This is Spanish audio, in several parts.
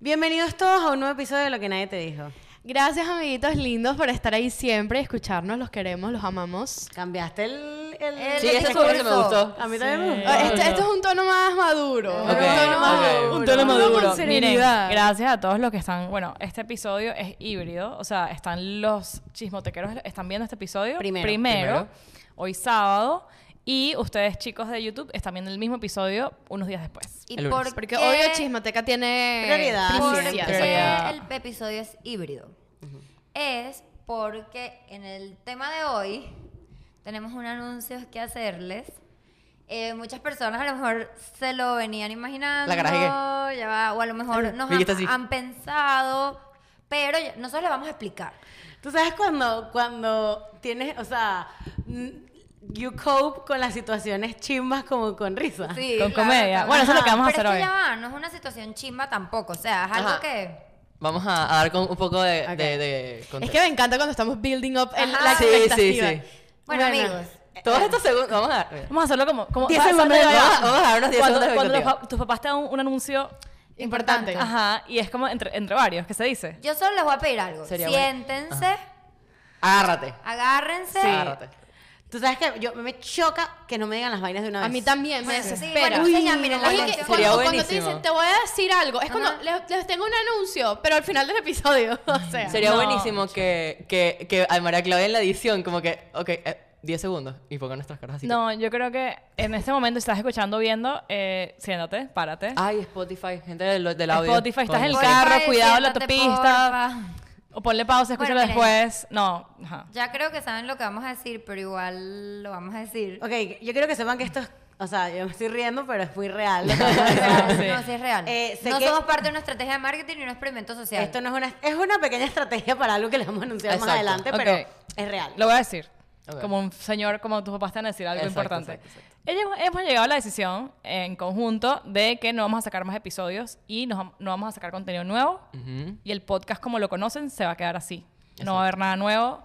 Bienvenidos todos a un nuevo episodio de Lo que nadie te dijo. Gracias, amiguitos lindos, por estar ahí siempre y escucharnos. Los queremos, los amamos. Cambiaste el... el, El Sí, ese discurso. me gustó. A mí también me gustó. Ah, Esto, esto es un tono más maduro. Ok, un tono más ok. maduro. Un tono maduro. Con Miren, serenidad. gracias a todos los que están. Bueno, este episodio es híbrido. O sea, están los chismotequeros, están viendo este episodio. Primero. Primero. Hoy sábado. Y ustedes, chicos de YouTube, están viendo el mismo episodio unos días después. Y Porque- por Porque qué- obvio Chismoteca tiene Prioridad. Eh, ¿Por primicia. qué Prioridad. el episodio es híbrido? Es porque en el tema de hoy tenemos un anuncio que hacerles. Eh, muchas personas a lo mejor se lo venían imaginando. La garaje ya va, o a lo mejor nos Miguel está han, así. han pensado. Pero ya- nosotros les vamos a explicar. Tú sabes cuando, cuando tienes, o sea, mm, you cope con las situaciones chimbas como con risa. Sí, Ah, Con comedia. Bueno, eso es lo que vamos a pero hacer es que hoy. ya va, no es una situación chimba tampoco. O sea, es algo Ajá. que. Vamos a, a dar con un poco de, Ok. de, de Es contexto. que me encanta cuando estamos building up el- Ajá. la Sí, sí, expectativa. sí. Bueno, Bueno. amigos. Todos eh, estos segundos, vamos a dar. Vamos a hacerlo como. como Diez va- segundos, ¿sabes? vamos a- vamos a dar unos diez Cuando, segundos de cuando los expectativa. pa- tus papás te dan un, un anuncio. Importante. Ajá. Y es como entre, entre varios. ¿Qué se dice? Yo solo les voy a pedir algo. Sería bueno. Siéntense, Agárrate. agárrense. Agárrate. Tú sabes que yo me choca que no me digan las vainas de una vez. A mí también me Bueno, sí, desespera. bueno, Uy, sí, ya, miren, la Oye, que canción. cuando, Sería cuando te buenísimo. dicen, te voy a decir algo, es cuando les, les tengo un anuncio, pero al final del episodio. O sea, Sería No, buenísimo que, que, que a María Claudia en la edición, como que, ok, eh, 10 segundos y pongan nuestras caras así. No, yo creo que en este momento, si estás escuchando, viendo, eh, siéntate, párate. Ay, Spotify, gente del, del audio. Spotify, estás en el Coño, carro, Spotify, cuidado en la siéntate, autopista. O ponle pausa, escúchalo Bueno, miren. después. No, ajá. Ya creo que saben lo que vamos a decir, pero igual lo vamos a decir. Ok, yo quiero que sepan que esto es, o sea, yo me estoy riendo, pero es muy real. Sí. No, sí es real. Eh, sé no que- somos parte de una estrategia de marketing ni un experimento social. Esto no es una, es una pequeña estrategia para algo que les vamos a anunciar más Exacto. adelante, Ok. pero es real. Lo voy a decir. Ok. Como un señor, como tus papás te van a decir algo Exacto, importante. exacto, exacto. Hemos- Hemos llegado a la decisión en conjunto de que no vamos a sacar más episodios y nos vam- no vamos a sacar contenido nuevo. Ujú. Y el podcast, como lo conocen, se va a quedar así. No va a haber nada nuevo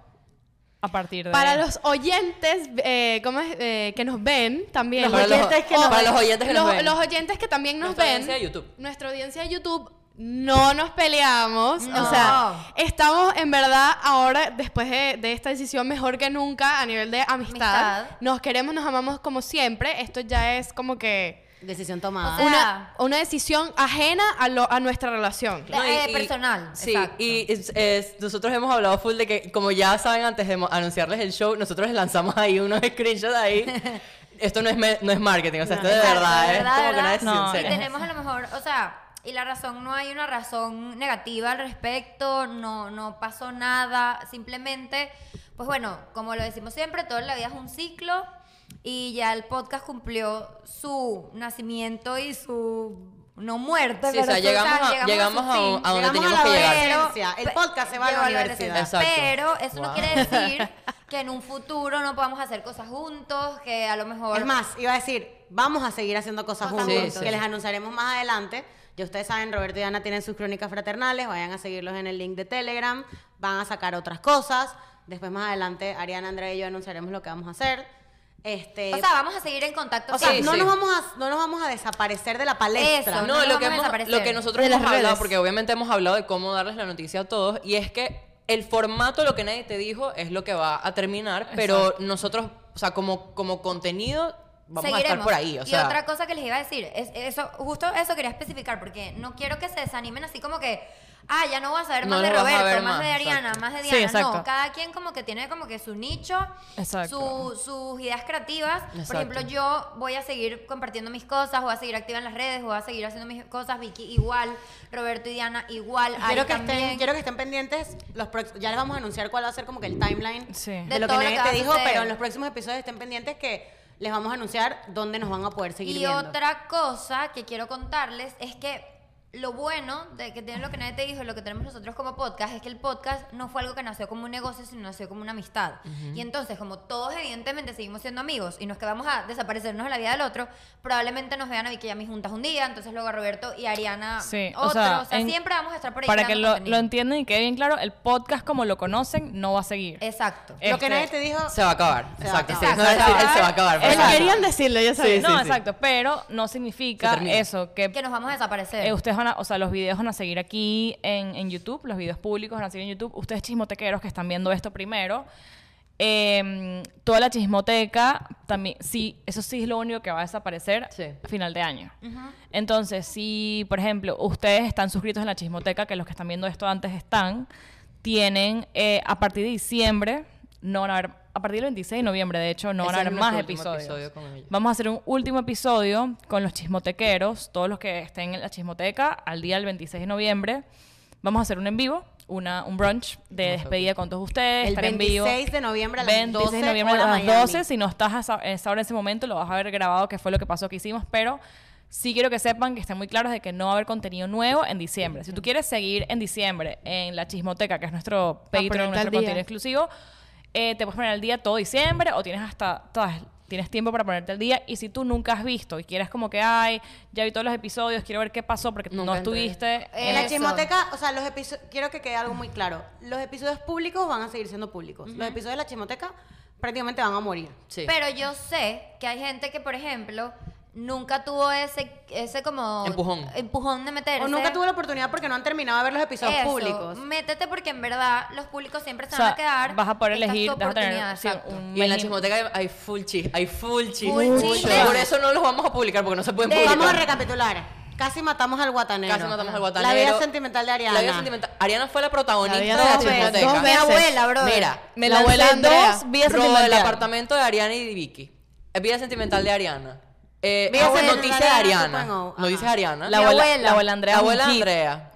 a partir de. Para los oyentes eh, ¿cómo es? Eh, que nos ven también. Los Para los- oyentes que nos para ven. los oyentes que nos Los- ven. los oyentes que también nos Nuestra ven. audiencia de YouTube. Nuestra audiencia de YouTube. No nos peleamos. O No. sea, estamos en verdad ahora, después de, de esta decisión, mejor que nunca a nivel de amistad. Amistad. Nos queremos, nos amamos como siempre. Esto ya es como que Decisión tomada. O sea, una, una decisión ajena a, lo- a nuestra relación. La- eh, personal, Sí, exacto. y es- es- nosotros hemos hablado full de que, como ya saben, antes de mo- anunciarles el show, nosotros les lanzamos ahí unos screenshots ahí. esto no es, me- no es marketing, o sea, esto es de Exacto, verdad, de es verdad, de como que una verdad. decisión No, Y Eres seria. tenemos a lo mejor, o sea, y la razón, no hay una razón negativa al respecto, no, no pasó nada, simplemente, pues bueno, como lo decimos siempre, toda la vida es un ciclo y ya el podcast cumplió su nacimiento y su no muerte, Sí, o sea, pero, llegamos a- llegamos su a un- fin. a donde Llegamos teníamos la que llegar. adolescencia. El pe- podcast se va a la llegó universidad. adolescencia. Exacto. Pero eso no Wow. quiere decir que en un futuro no podamos hacer cosas juntos, que a lo mejor... Es más, iba a decir, vamos a seguir haciendo cosas Cosas juntos, juntos. Sí, sí. que les anunciaremos más adelante. Ya ustedes saben, Roberto y Ana tienen sus crónicas fraternales, vayan a seguirlos en el link de Telegram, van a sacar otras cosas. Después más adelante, Ariana, Andrea y yo anunciaremos lo que vamos a hacer. Este, O sea, vamos a seguir en contacto. o sea, sí, no, sí. Nos vamos a, no nos vamos a desaparecer de la palestra. Eso, Ah, No, no lo, nos vamos que a hemos- desaparecer. lo que nosotros De hemos las hablado, redes. porque obviamente hemos hablado de cómo darles la noticia a todos, y es que el formato, lo que nadie te dijo, es lo que va a terminar, pero nosotros, o sea, como, como contenido, vamos a estar por ahí. O sea, y otra cosa que les iba a decir, es, eso, justo eso quería especificar, porque no quiero que se desanimen así como que, ah, ya no voy a saber No más de lo vas a Roberto, ver más, más, de Ariana, exacto. más de Sí, Diana. no, exacto. cada quien como que tiene como que su nicho, Exacto. su- sus ideas creativas. Por Exacto. ejemplo, yo voy a seguir compartiendo mis cosas, voy a seguir activa en las redes, voy a seguir haciendo mis cosas, Vicky igual, Roberto y Diana igual, Ari Quiero que, también. estén, quiero que estén pendientes. Los prox- ya les vamos a anunciar cuál va a ser como que el timeline Sí. de, De lo que todo lo nadie que va te a dijo, suceder. pero en los próximos episodios estén pendientes que les vamos a anunciar dónde nos van a poder seguir Y viendo. otra cosa que quiero contarles es que lo bueno de que tiene lo que nadie te dijo, y lo que tenemos nosotros como podcast, es que el podcast no fue algo que nació como un negocio, sino nació como una amistad. Y entonces, como todos evidentemente seguimos siendo amigos y nos que vamos a desaparecernos de la vida del otro, probablemente nos vean a Vicky y a mí juntas un día, entonces luego a Roberto y a Ariana Sí, otro. o sea, en- siempre vamos a estar por ahí. Para que creando lo, contenido. lo entiendan y quede bien claro, el podcast, como lo conocen, no va a seguir. Exacto. lo que Este, nadie te dijo. se va a acabar. Se va a exacto. acabar. sí, no es decir, él se va a acabar. Él exacto. querían decirlo, yo sabía. Sí, no, sí, sí. exacto, pero no Se significa termina. eso, que, Que nos vamos a desaparecer. eh, ustedes van a, o sea, los videos van a seguir aquí en, en YouTube, los videos públicos van a seguir en YouTube. Ustedes chismotequeros que están viendo esto primero, em, toda la chismoteca también, sí, eso sí es lo único que va a desaparecer Sí. a final de año. Entonces, si, por ejemplo, ustedes están suscritos en la chismoteca, que los que están viendo esto antes están, tienen eh, a partir de diciembre, no van a haber, a partir del 26 de noviembre, de hecho, no van a Ese es haber nuestro más último episodios. episodio con ellos. Vamos a hacer un último episodio con los chismotequeros, todos los que estén en la chismoteca, al día del 26 de noviembre. Vamos a hacer un en vivo, una, un brunch de despedida con todos ustedes. El estar en vivo. 26 de noviembre a las 26 de 12 noviembre hora a las Miami. 12. Si no estás a esa, a esa hora en ese momento, lo vas a ver grabado, que fue lo que pasó que hicimos. Pero sí quiero que sepan que estén muy claros de que no va a haber contenido nuevo en diciembre. Si tú quieres seguir en diciembre en la Chismoteca, que es nuestro ponerte Patreon, al nuestro día. contenido exclusivo, eh, te puedes poner al día todo diciembre o tienes hasta todas. Tienes tiempo para ponerte al día y si tú nunca has visto y quieres como que, ay, ya vi todos los episodios, quiero ver qué pasó porque no Nunca entré. estuviste. Eh, en En la Eso. chismoteca, o sea, los episodios, quiero que quede algo muy claro. Los episodios públicos van a seguir siendo públicos. Los episodios de la chismoteca prácticamente van a morir. Sí. Pero yo sé que hay gente que, por ejemplo, nunca tuvo ese, ese como... Empujón. Empujón de meterse. O nunca tuve la oportunidad porque no han terminado de ver los episodios Eso, públicos. Métete porque en verdad los públicos siempre se O sea, van a quedar. vas a poder Esta es tu elegir, vas a tener oportunidad, sí, exacto. un Y en la menú. chismoteca hay- hay full chis, hay full chis. Full Full chis. chis. Por eso no los vamos a publicar, porque no se pueden De- publicar. Vamos a recapitular. Casi matamos al guatanero. Casi matamos al La guatanero. vida sentimental de Ariana. La vida sentimental. Ariana fue la protagonista La vida de la dos veces, chismoteca. dos veces. Mi abuela, bro. Mira, Me La lancé abuela Andrea. dos vías robo del sentimentales. apartamento de Ariana y de Vicky. Eh, Vida sentimental de Ariana. Eh, Vida ah, bueno, sentimental noticia de de Ariana. Ariana, supongo. Noticias de Ajá. Ariana. La Mi abuela, abuela. la abuela Andrea. es un abuela hit. Andrea.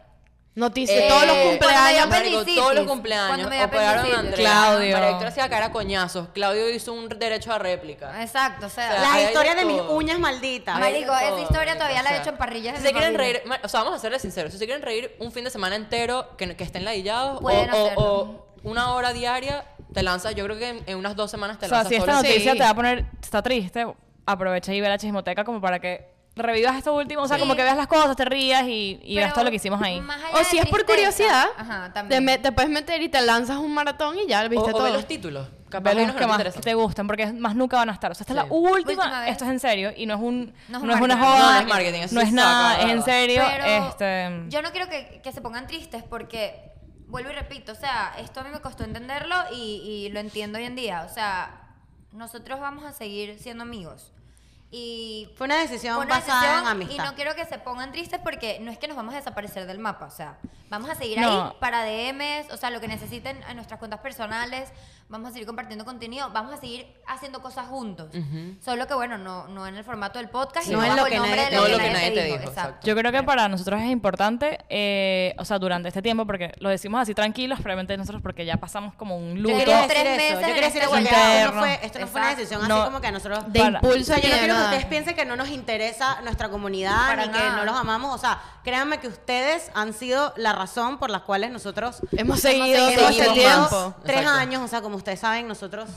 Noticias, todos los Eh, cumpleaños. cuando me dio marico, apendicitis. todos los cumpleaños Cuando me dio operaron a apendicitis. Andrea. Claudio. María Victoria hacía cara a coñazos. Claudio hizo un derecho a réplica. Exacto, o sea. O sea, Las hay de historias de mis todo. uñas malditas. Hay de Marico, esa todo, historia todavía la he o sea, hecho en parrillas de Si mi se quieren familia. reír, ma- o sea, vamos a serles sinceros. Si se quieren reír un fin de semana entero, que, que estén ladillados, o, Pueden o- hacerlo. o una hora diaria, te lanzas. Yo creo que en, en unas dos semanas te O sea, lanzas si esta todo el- noticia Sí. te va a poner, está triste, aprovecha y ve la chismoteca como para que revivas esto último, o sea, Sí. como que veas las cosas, te rías y, y veas Pero todo lo que hicimos ahí. más allá O de si es por tristeza- curiosidad, Ajá, te, también. me- te puedes meter y te lanzas un maratón y ya O, viste o ve todo. los títulos. Capaz Ve hay los unos que más interesan. te gustan, porque más nunca van a estar. O sea, esta es Sí. la última, Última vez. esto es en serio y no es un No no es es, un una marketing. joda, No, no es marketing, eso no sí es está nada, acabado. es en serio. Pero este, yo no quiero que, que se pongan tristes porque, vuelvo y repito, o sea, esto a mí me costó entenderlo y, y lo entiendo hoy en día. O sea, nosotros vamos a seguir siendo amigos. Y Fue una decisión fue una basada decisión en y amistad. no quiero que se pongan tristes porque no es que nos vamos a desaparecer del mapa, o sea, vamos a seguir No. ahí para DMs, o sea, lo que necesiten en nuestras cuentas personales, vamos a seguir compartiendo contenido, vamos a seguir haciendo cosas juntos. Solo que bueno, no, no en el formato del podcast, y No no en bajo lo el que nombre nadie de te- lo no lo que nadie te dijo. exacto. Exacto. Yo creo que para nosotros es importante, eh, o sea, durante este tiempo, porque lo decimos así tranquilos, probablemente nosotros porque ya pasamos como un Yo luto. quería decir Tres eso. meses Yo en quería decir este eso. Esto no interno. fue, esto no fue una Exacto. decisión así No. como que a nosotros... De Para- O impulso sea, yo ni no de quiero que nada. ustedes piensen que no nos interesa nuestra comunidad Para ni nada. que no los amamos. O sea, créanme que ustedes han sido la razón por la cual nosotros Hemos seguido hemos todo este seguido tiempo. tres Exacto. años. O sea, como ustedes saben, nosotros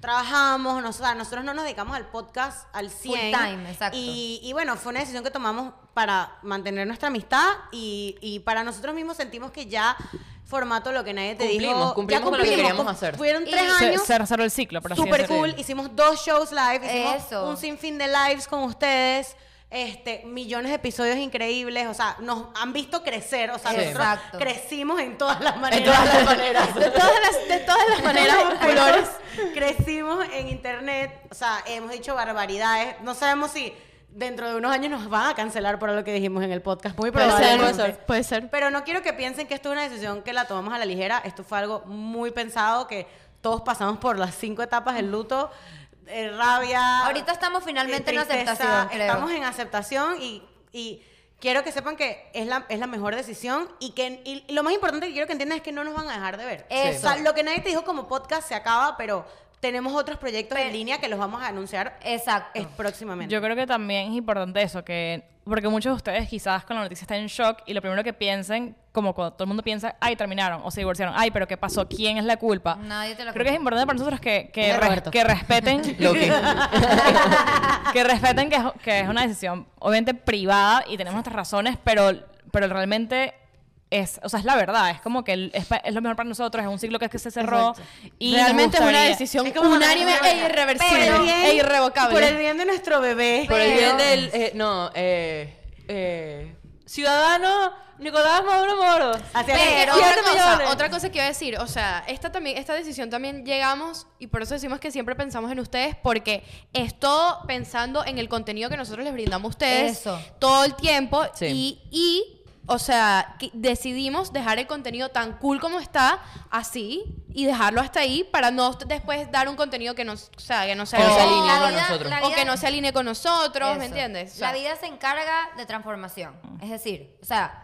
trabajamos, nos- o sea, nosotros no nos dedicamos al podcast al 100. time, exacto. Y, y bueno, fue una decisión que tomamos para mantener nuestra amistad y, y para nosotros mismos sentimos que ya formato lo que nadie te Cumplimos, dijo. cumplimos ya con lo que queríamos cum- hacer. Fueron Y- tres Se- años. se cerró el ciclo, por así Super decirlo. cool. Hicimos dos shows live, hicimos Eso. un sinfín de lives con ustedes. Este, millones de episodios increíbles, o sea, nos han visto crecer, o sea, Sí. nosotros Exacto. crecimos en todas las maneras. todas las maneras. De todas las, de todas las maneras Nosotros colores. pues, Crecimos en internet, o sea, hemos dicho barbaridades, no sabemos si dentro de unos años nos van a cancelar por lo que dijimos en el podcast, muy Puede ser, probablemente. puede ser. Puede ser. Pero no quiero que piensen que esto es una decisión que la tomamos a la ligera. Esto fue algo muy pensado, que todos pasamos por las cinco etapas del luto, eh, rabia. Ahorita estamos finalmente en tristeza. aceptación, creo. Estamos en aceptación y, y quiero que sepan que es la, es la mejor decisión y que y lo más importante que quiero que entiendan es que no nos van a dejar de ver. Eso. O sea, lo que nadie te dijo como podcast se acaba, pero tenemos otros proyectos Pero- en línea que los vamos a anunciar Exacto. eh, próximamente. Yo creo que también es importante eso, que porque muchos de ustedes quizás con la noticia están en shock y lo primero que piensen, como cuando todo el mundo piensa, ay, terminaron o se divorciaron, ay, pero ¿qué pasó? ¿Quién es la culpa? Nadie te la Creo que culpa. es importante para nosotros que, que, Es de res- Roberto. que respeten Lo que- que respeten que es, que es una decisión obviamente privada y tenemos nuestras razones, pero, pero realmente es, o sea, es la verdad, es como que el- es, pa- es lo mejor para nosotros, es un ciclo que, es que se cerró y nos Realmente es una gustaría- decisión Es como una unánime decisión e unánime. irreversible Pero bien, e irrevocable. Por el bien de nuestro bebé. Por el Pero- bien del. eh, no, eh. eh, Ciudadano Nicolás Maduro Moro. Así es. Pero Siete otra millones. cosa, otra cosa que iba a decir, o sea, esta también, esta decisión también llegamos y por eso decimos que siempre pensamos en ustedes porque es todo pensando en el contenido que nosotros les brindamos a ustedes Eso. todo el tiempo Sí. y, y, o sea, que decidimos dejar el contenido tan cool como está así y dejarlo hasta ahí para no después dar un contenido que no, o sea, que no sea Que no se o- alinee la con vida- nosotros. la o que no se alinee con nosotros, ¿me Eso. entiendes? O sea, la vida se encarga de transformación. Es decir, o sea,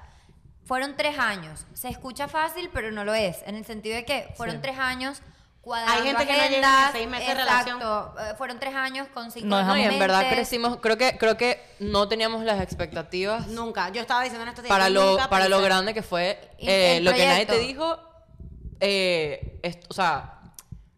fueron tres años. Se escucha fácil, pero no lo es. En el sentido de que fueron tres años cuadrando Hay gente que no llega ni a agendas, seis meses de exacto, eh, fueron tres años con cinco No No, y en verdad mentes. crecimos, creo que, creo que no teníamos las expectativas Nunca. Yo estaba diciendo en estos días para que lo, nunca para lo pensé- grande que fue Y- eh, el lo que nadie te proyecto. dijo eh, es- o sea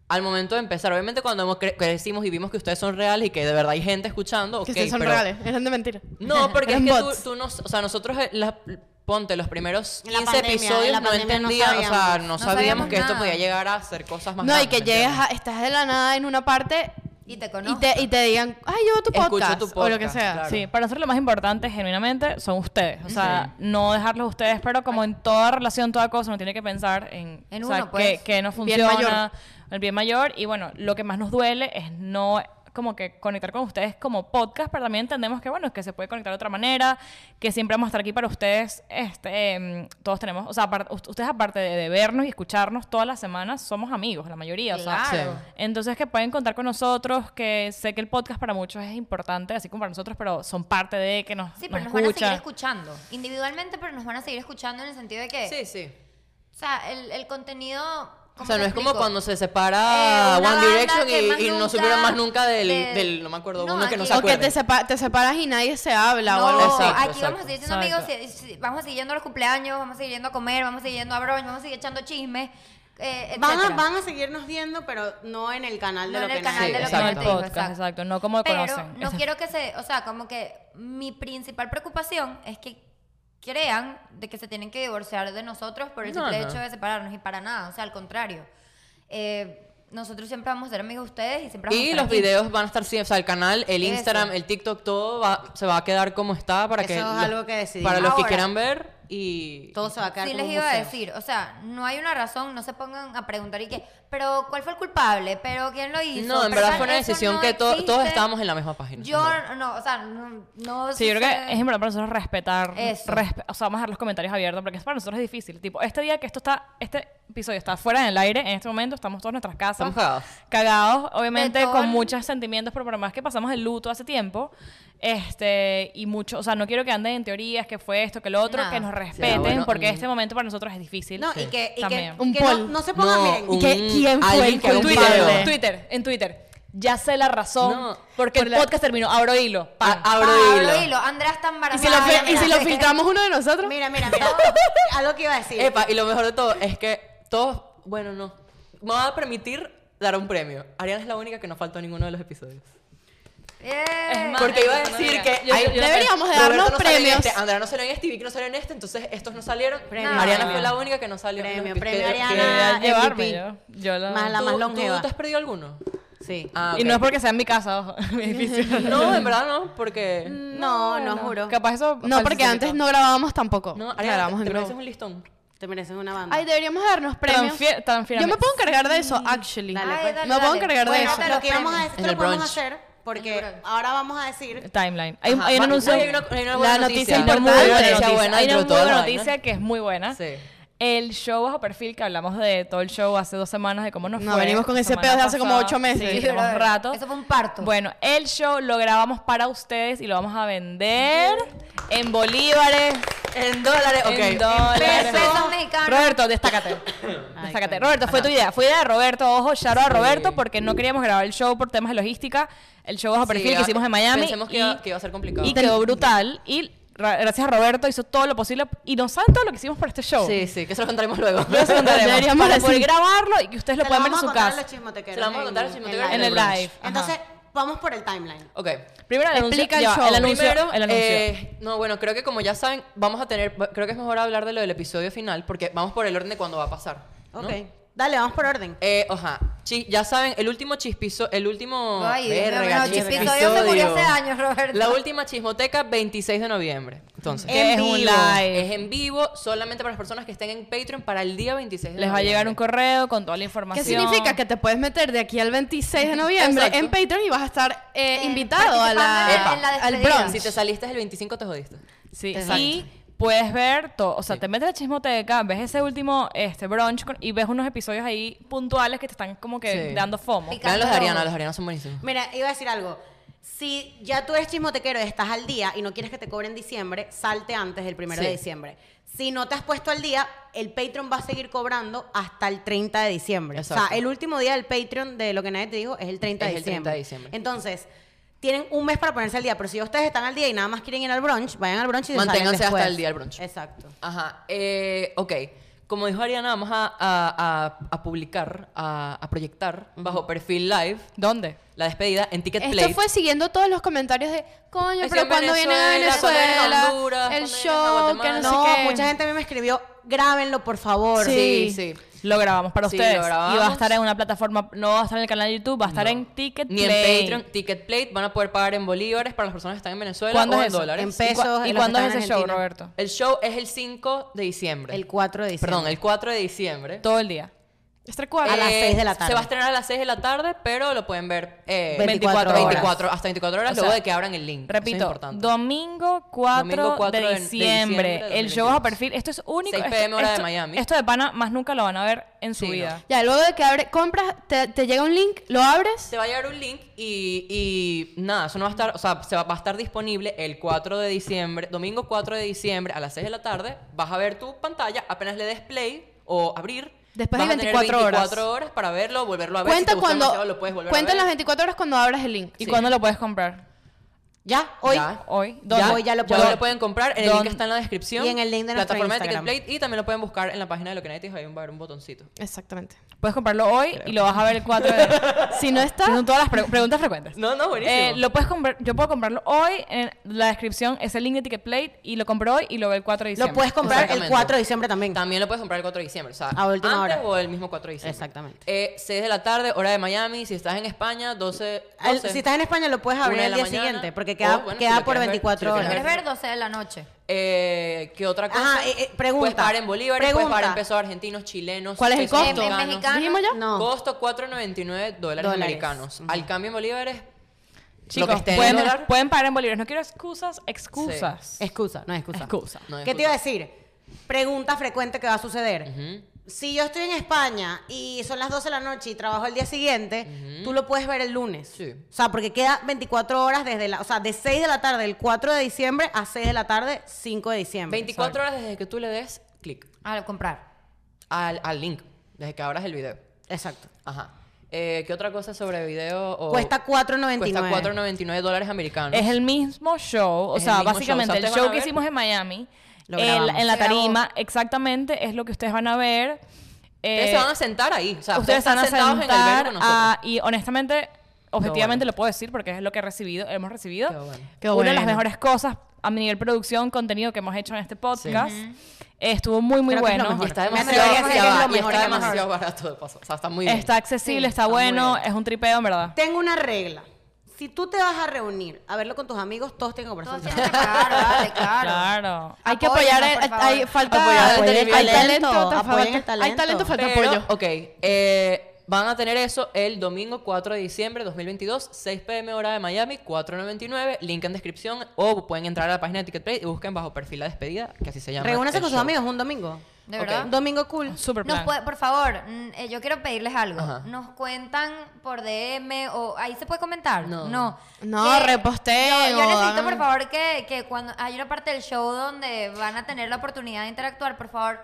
al momento de empezar obviamente cuando hemos cre- crecimos y vimos que ustedes son reales y que de verdad hay gente escuchando que ok, sí son pero- reales, eran de mentira. no porque es Eran que tú, bots. tú nos o sea nosotros eh, la- ponte los primeros En la 15 pandemia, en la episodios no pandemia no entendía o sea sabíamos. no, No sabíamos, sabíamos que esto nada. podía llegar a ser cosas más No, y grandes, que ¿me entiendes? llegas, a- estás de la nada en una parte Y te y conozco. te, y te digan, ay, yo veo tu Escucho podcast, tu o lo que podcast, sea. claro. Sí, para nosotros lo más importante, genuinamente, son ustedes. O sea, no dejarlos a ustedes, pero como en toda relación, toda cosa, uno tiene que pensar en, En o sea, uno, pues. que, que no Bien funciona, mayor. el bien mayor. Y bueno, lo que más nos duele es no como que conectar con ustedes como podcast, pero también entendemos que bueno, que se puede conectar de otra manera, que siempre vamos a estar aquí para ustedes. Este, em, todos tenemos, o sea, apart- ust- ustedes aparte de, de vernos y escucharnos todas las semanas, somos amigos, la mayoría. o sea, Claro. Sí. entonces que pueden contar con nosotros, que sé que el podcast para muchos es importante, así como para nosotros, pero son parte de que nos, Sí, pero nos, van a escuchan. seguir escuchando. Individualmente, pero nos van a seguir escuchando en el sentido de que, sí sí o sea, el, el contenido... eh, ¿cómo o sea, te no es como explico? cuando se Eh, separa una One banda Direction que más y, y no nunca- supieron más nunca del, del- del- no me acuerdo, No, uno que no aquí- se O que acuerda. te, sepa- te separas y nadie se habla o No, algo así. Exacto, aquí vamos a seguir siendo exacto. amigos, si- si- vamos a seguir yendo a los cumpleaños, vamos a seguir yendo a comer, vamos a seguir yendo a brunch, vamos a seguir echando chismes, eh, Van a, etcétera. van a seguirnos viendo, pero no en el canal de lo No en que el canal nadie de lo ve. que Sí, no exacto. te digo, Podcast, exacto, no como Pero conocen. no Exacto. quiero que se, o sea, como que mi principal preocupación es que crean de que se tienen que divorciar de nosotros por el No, simple no. hecho de separarnos y para nada, o sea, al contrario. Eh, nosotros siempre vamos a ser amigos de ustedes y siempre vamos a Y estar los aquí. videos van a estar siempre, o sea, el canal, el Eso. Instagram, el TikTok, todo va- se va a quedar como está para que Eso es los- algo que decidimos. para los que Ahora. quieran ver y Todo se va a quedar Sí como les un iba a museo. decir, o sea, no hay una razón, no se pongan a preguntar y que, pero ¿cuál fue el culpable? ¿Pero quién lo hizo? no, en Pero verdad tal, fue una eso decisión no que to- existe. todos estábamos en la misma página. en verdad. Yo no, o sea, no, no Sí, yo creo sucede. que es importante para nosotros respetar, Eso. respe- o sea, vamos a dejar los comentarios abiertos porque para nosotros es difícil. Tipo, este día que esto está, este episodio está fuera del aire, en este momento estamos todos en nuestras casas. Estamos cagados. Cagados, De obviamente, todo con el- muchos sentimientos, pero por más que pasamos el luto hace tiempo, este, y mucho, o sea, no quiero que anden en teorías, que fue esto, que lo otro, Nada. que nos Sí, respeten, bueno, porque mm. este momento para nosotros es difícil. No, y que, y que, También. y que Un no, poll. no se pongan, miren, un- ¿Qué- quién fue alguien el que haga un culpable? video. En Twitter, en Twitter. Ya sé la razón, No, porque por el la- Ah, podcast terminó. Abro hilo. ah, pam. A- abro Pablo hilo. Hilo, Andrea está ¿Y embarazada. si, lo, Mira, fil- y si mira, lo es que- filtramos uno de nosotros? mira, mira, mira, algo que iba a decir. Epa, y lo mejor de todo es que todos, bueno, no, me va a permitir dar un premio. Ariana es la única que no faltó a ninguno de los episodios. Eh, Es más, Porque iba a no, no, decir mira. que Yo- hay- yo- yo- deberíamos de Roberto darnos no salió en premios. Este, Andrea no salió en este, Vicky no salió en este, entonces estos no salieron. Premio. Ariana Premio. fue la única que no salió. en Premio, los- premio que- Ariana. que- Debería Ah, llevarme MVP. yo. Yo la- Más la ¿Tú- más tú- longeva. ¿Tú te has perdido alguno? Sí. Ah, Y no es ok. porque sea en mi casa, ojo, en mi edificio. No, en verdad no, Mm. porque... No, no, juro. Capaz eso. No, porque antes no grabábamos tampoco. No, Ariana, grabamos te, en te grupo. pareces un listón. Te mereces una banda. Ay, deberíamos darnos premios. Transfie- transfierame. Yo me puedo encargar de eso, actually. Dale, Ay, pues. dale, me puedo dale. encargar de bueno, eso. lo que vamos a En hacer, el lo podemos brunch. hacer, En el porque brunch. ahora vamos a decir... Timeline. Hay, un- Ajá, hay un va- anuncio. Hay una, hay una La noticia buena noticia. Hay una muy importante. buena Hay una noticia. noticia buena Hay dentro una de muy todas buena las vainas. noticia que es muy buena. Sí. El show bajo perfil que hablamos de todo el show hace dos semanas de cómo nos No, fue. venimos con ese semana pedo de hace como pasada. ocho meses. Sí, Sí, tenemos brother. rato. Eso fue un parto. Bueno, el show lo grabamos para ustedes y lo vamos a vender en bolívares. En dólares, ok. En dólares. pesos mexicanos. Roberto, destácate. destácate. Roberto, fue tu idea. Fue idea de Roberto. Ojo, shout out a Roberto porque no queríamos grabar el show por temas de logística. El show bajo Sí, perfil que ah, hicimos en Miami. Pensemos que, y, iba, que iba a ser complicado. y quedó brutal. Y ra- gracias a Roberto hizo todo lo posible. Y no saben todo lo que hicimos para este show. Sí, sí, que se lo contaremos luego. Ya se lo contaremos. Deberíamos para poder decir. grabarlo y que ustedes lo Se puedan ver en vamos su a contar a casa. los chismotequeros Se lo vamos a en- contar a los en chismotequeros en el brunch. live. Ajá. Entonces, vamos por el timeline. Ok. Primero el anuncio. Explica el ya va, show. el anuncio. Primero, el anuncio. eh, no, bueno, creo que como ya saben, vamos a tener, creo que es mejor hablar de lo del episodio final porque vamos por el orden de cuando va a pasar. ¿no? Ok. Dale, vamos por orden. Eh, oja, chi- ya saben, el último chispizo, el último... Ay, Dios mío, Verga, bueno, chispisodio se murió hace años, Roberto. La última chismoteca, 26 de noviembre. Entonces, En Que es un vivo. live. es en vivo solamente para las personas que estén en Patreon para el día 26 de Les va a llegar un noviembre. correo con toda la información. ¿Qué significa? Que te puedes meter de aquí al 26 de noviembre Exacto. en Patreon y vas a estar eh, Eh, invitado a la, participando en la al despedida. brunch. Si te saliste el 25 te jodiste. Sí, Exacto. y puedes ver todo, o sea, te metes a la chismoteca, ves ese último este brunch con- y ves unos episodios ahí puntuales que te están como que Sí. dando fomo. Pica- Vean los de Cantado. Ariana, los de Ariana son buenísimos. Mira, iba a decir algo. Si ya tú eres chismotequero y estás al día y no quieres que te cobren en diciembre, salte antes del primero Sí. de diciembre. Si no te has puesto al día, el Patreon va a seguir cobrando hasta el 30 de diciembre. O Exacto. sea, el último día del Patreon de lo que nadie te dijo es el 30, Es de, el diciembre. 30 de diciembre. Entonces, tienen un mes para ponerse al día, pero si ya ustedes están al día y nada más quieren ir al brunch, vayan al brunch y se salen Manténganse hasta después. el día del brunch. Exacto. Ajá. Eh, ok. Como dijo Ariana, vamos a, a- a- a publicar, a, a proyectar bajo perfil live ¿Dónde? la despedida en Ticket Esto Plate. fue siguiendo todos los comentarios de coño, Es pero en cuando vienen a Venezuela, cuando vienen a Venezuela, Honduras, el cuando vienen a show, que no, Guatemala". No, sé qué. mucha gente a mí me escribió, grábenlo, por favor. Sí, sí. Lo grabamos para Sí, ustedes. Y lo va a grabamos. estar en una plataforma, no va a estar en el canal de YouTube, va a estar No. en Ticket Ni Play. en Patreon, Ticket Plate. Van a poder pagar en bolívares para las personas que están en Venezuela ¿Cuándo o es en eso? dólares. En pesos, ¿Y cua- en ¿Y los cuándo que es están ese en show, Argentina. Roberto? El show es el 5 de diciembre. El 4 de diciembre. Perdón, el 4 de diciembre. Todo el día. Este cuadro. A las Eh, seis de la tarde. Se va a estrenar a las 6 de la tarde, pero lo pueden ver eh, 24 24, horas. hasta 24 horas O sea, luego de que abran el link. Eso es Repito, importante. domingo 4, Domingo 4 de, de- de diciembre. diciembre de el show bajo 2022. perfil. Esto es único. 6 esto- PM hora de esto- Miami. Esto de pana más nunca lo van a ver en su Sí, no. vida. Ya, luego de que abre, compras, te, te llega un link, lo abres. Te va a llegar un link y, y nada, eso no va a estar, o sea, se va, va a estar disponible el 4 de diciembre, domingo 4 de diciembre a las 6 de la tarde. Vas a ver tu pantalla, apenas le des play o abrir. Después vas de a tener 24 horas. 24 horas para verlo, volverlo a ver. cuenta si te gusta cuando. demasiado, lo puedes volver cuenta a ver. las 24 horas cuando abras el link. ¿Y Sí. cuándo lo puedes comprar? Ya, hoy. Ya. Hoy. Ya, ¿Dónde? hoy ya lo Ya puedo- lo pueden comprar, el link ¿Dónde? que está en la descripción. Y en el link de nuestro plataforma Instagram. de Ticketplate y también lo pueden buscar en la página de lo que nadie te dijo, ahí va a haber un botoncito. Exactamente. Puedes comprarlo hoy y lo vas a ver el 4 de... Si no está. Son todas las pre- preguntas frecuentes. No, no, buenísimo. Eh, lo puedes comprar, yo puedo comprarlo hoy en la descripción, es el link de Ticketplate y lo compro hoy y lo veo el 4 de Lo diciembre. puedes comprar el Exactamente. 4 de diciembre también. También lo puedes comprar el 4 de diciembre. O sea, A última antes hora. o el mismo 4 de diciembre. Exactamente. Eh, 6 de la tarde, hora de Miami. Si estás en España, 12. Al- 12. si estás en España lo puedes abrir Una de el la día mañana. siguiente porque queda, O, bueno, si queda lo por quieres ver, 24 si lo Si horas. quieres ver 12 de la noche. Eh, ¿Qué otra cosa? Ajá, eh, eh, pregunta. Puedes pagar en bolívares, puedes Pregunta. pagar en pesos argentinos, chilenos. ¿Cuál es el pesos costo? En- en mexicanos. mexicano. ¿Dijimos ya? No. Costo 4.99 dólares, americanos. Al cambio en bolívares, lo Chicos, que esté en pueden, dólar. pueden pagar en bolívares. No quiero excusas, excusas. Excusa, no es excusa. Excusa. No hay ¿Qué te iba a excusa. decir? Pregunta frecuente que va a suceder. Ujú. Si yo estoy en España y son las 12 de la noche y trabajo el día siguiente, tú lo puedes ver el lunes. Sí. O sea, porque queda 24 horas desde la, o sea, de 6 de la tarde el 4 de diciembre a 6 de la tarde 5 de diciembre. 24 horas desde que tú le des clic Al Ah, comprar. al, al link, desde que abras el video. Exacto. Ajá. Eh, ¿Qué otra cosa sobre video? O... Cuesta 4.99. Cuesta 4.99 dólares americanos. Es el mismo show, o Es el sea, mismo básicamente show. O sea, el ustedes van show a que ver- hicimos en Miami, Lo el- grabamos. en la Se grabó. tarima, exactamente es lo que ustedes van a ver. Ustedes Eh, se van a sentar ahí. O sea, ustedes ustedes, se van a están sentados en el sentar verano con nosotros. a- y honestamente, objetivamente bueno. lo puedo decir porque es lo que he recibido, hemos recibido. Qué bueno. Qué Una de las bueno. mejores cosas a mi nivel producción, contenido que hemos hecho en este podcast. Eh, Estuvo muy, muy Creo que es lo bueno. mejor. Y está Me demasiado, atrevería a decir que es lo ya va, y mejor, está es lo mejor. demasiado barato de paso. O sea, está muy bien. Está accesible, Sí, está está, muy bueno, bien. es un tripeo, en verdad. Tengo una regla. Si tú te vas a reunir a verlo con tus amigos, todos tienen que comprar Todos su tienen que pagar, vale, claro. Claro. Hay que Apóyennos, apoyar. el- por hay, favor. falta Apoyar el hay talento, talento, apoyen falta- el Hay talento. talento, falta Pero, apoyo. Ok. eh, van a tener eso el domingo 4 de diciembre 2022, 6 pm hora de Miami, 4.99. Link en descripción. O pueden entrar a la página de Ticketplay y busquen bajo perfil la despedida, que así se llama. Reúnanse el con sus show. amigos un domingo. De Ok. verdad. Un domingo cool. Super Nos plan. puede- por favor, mm, eh, yo quiero pedirles algo. Ajá. Nos cuentan por DM o ahí se puede comentar. No. no. No, Que- reposteen Yo, o yo necesito, hagan- por favor, que, que cuando hay una parte del show donde van a tener la oportunidad de interactuar, por favor,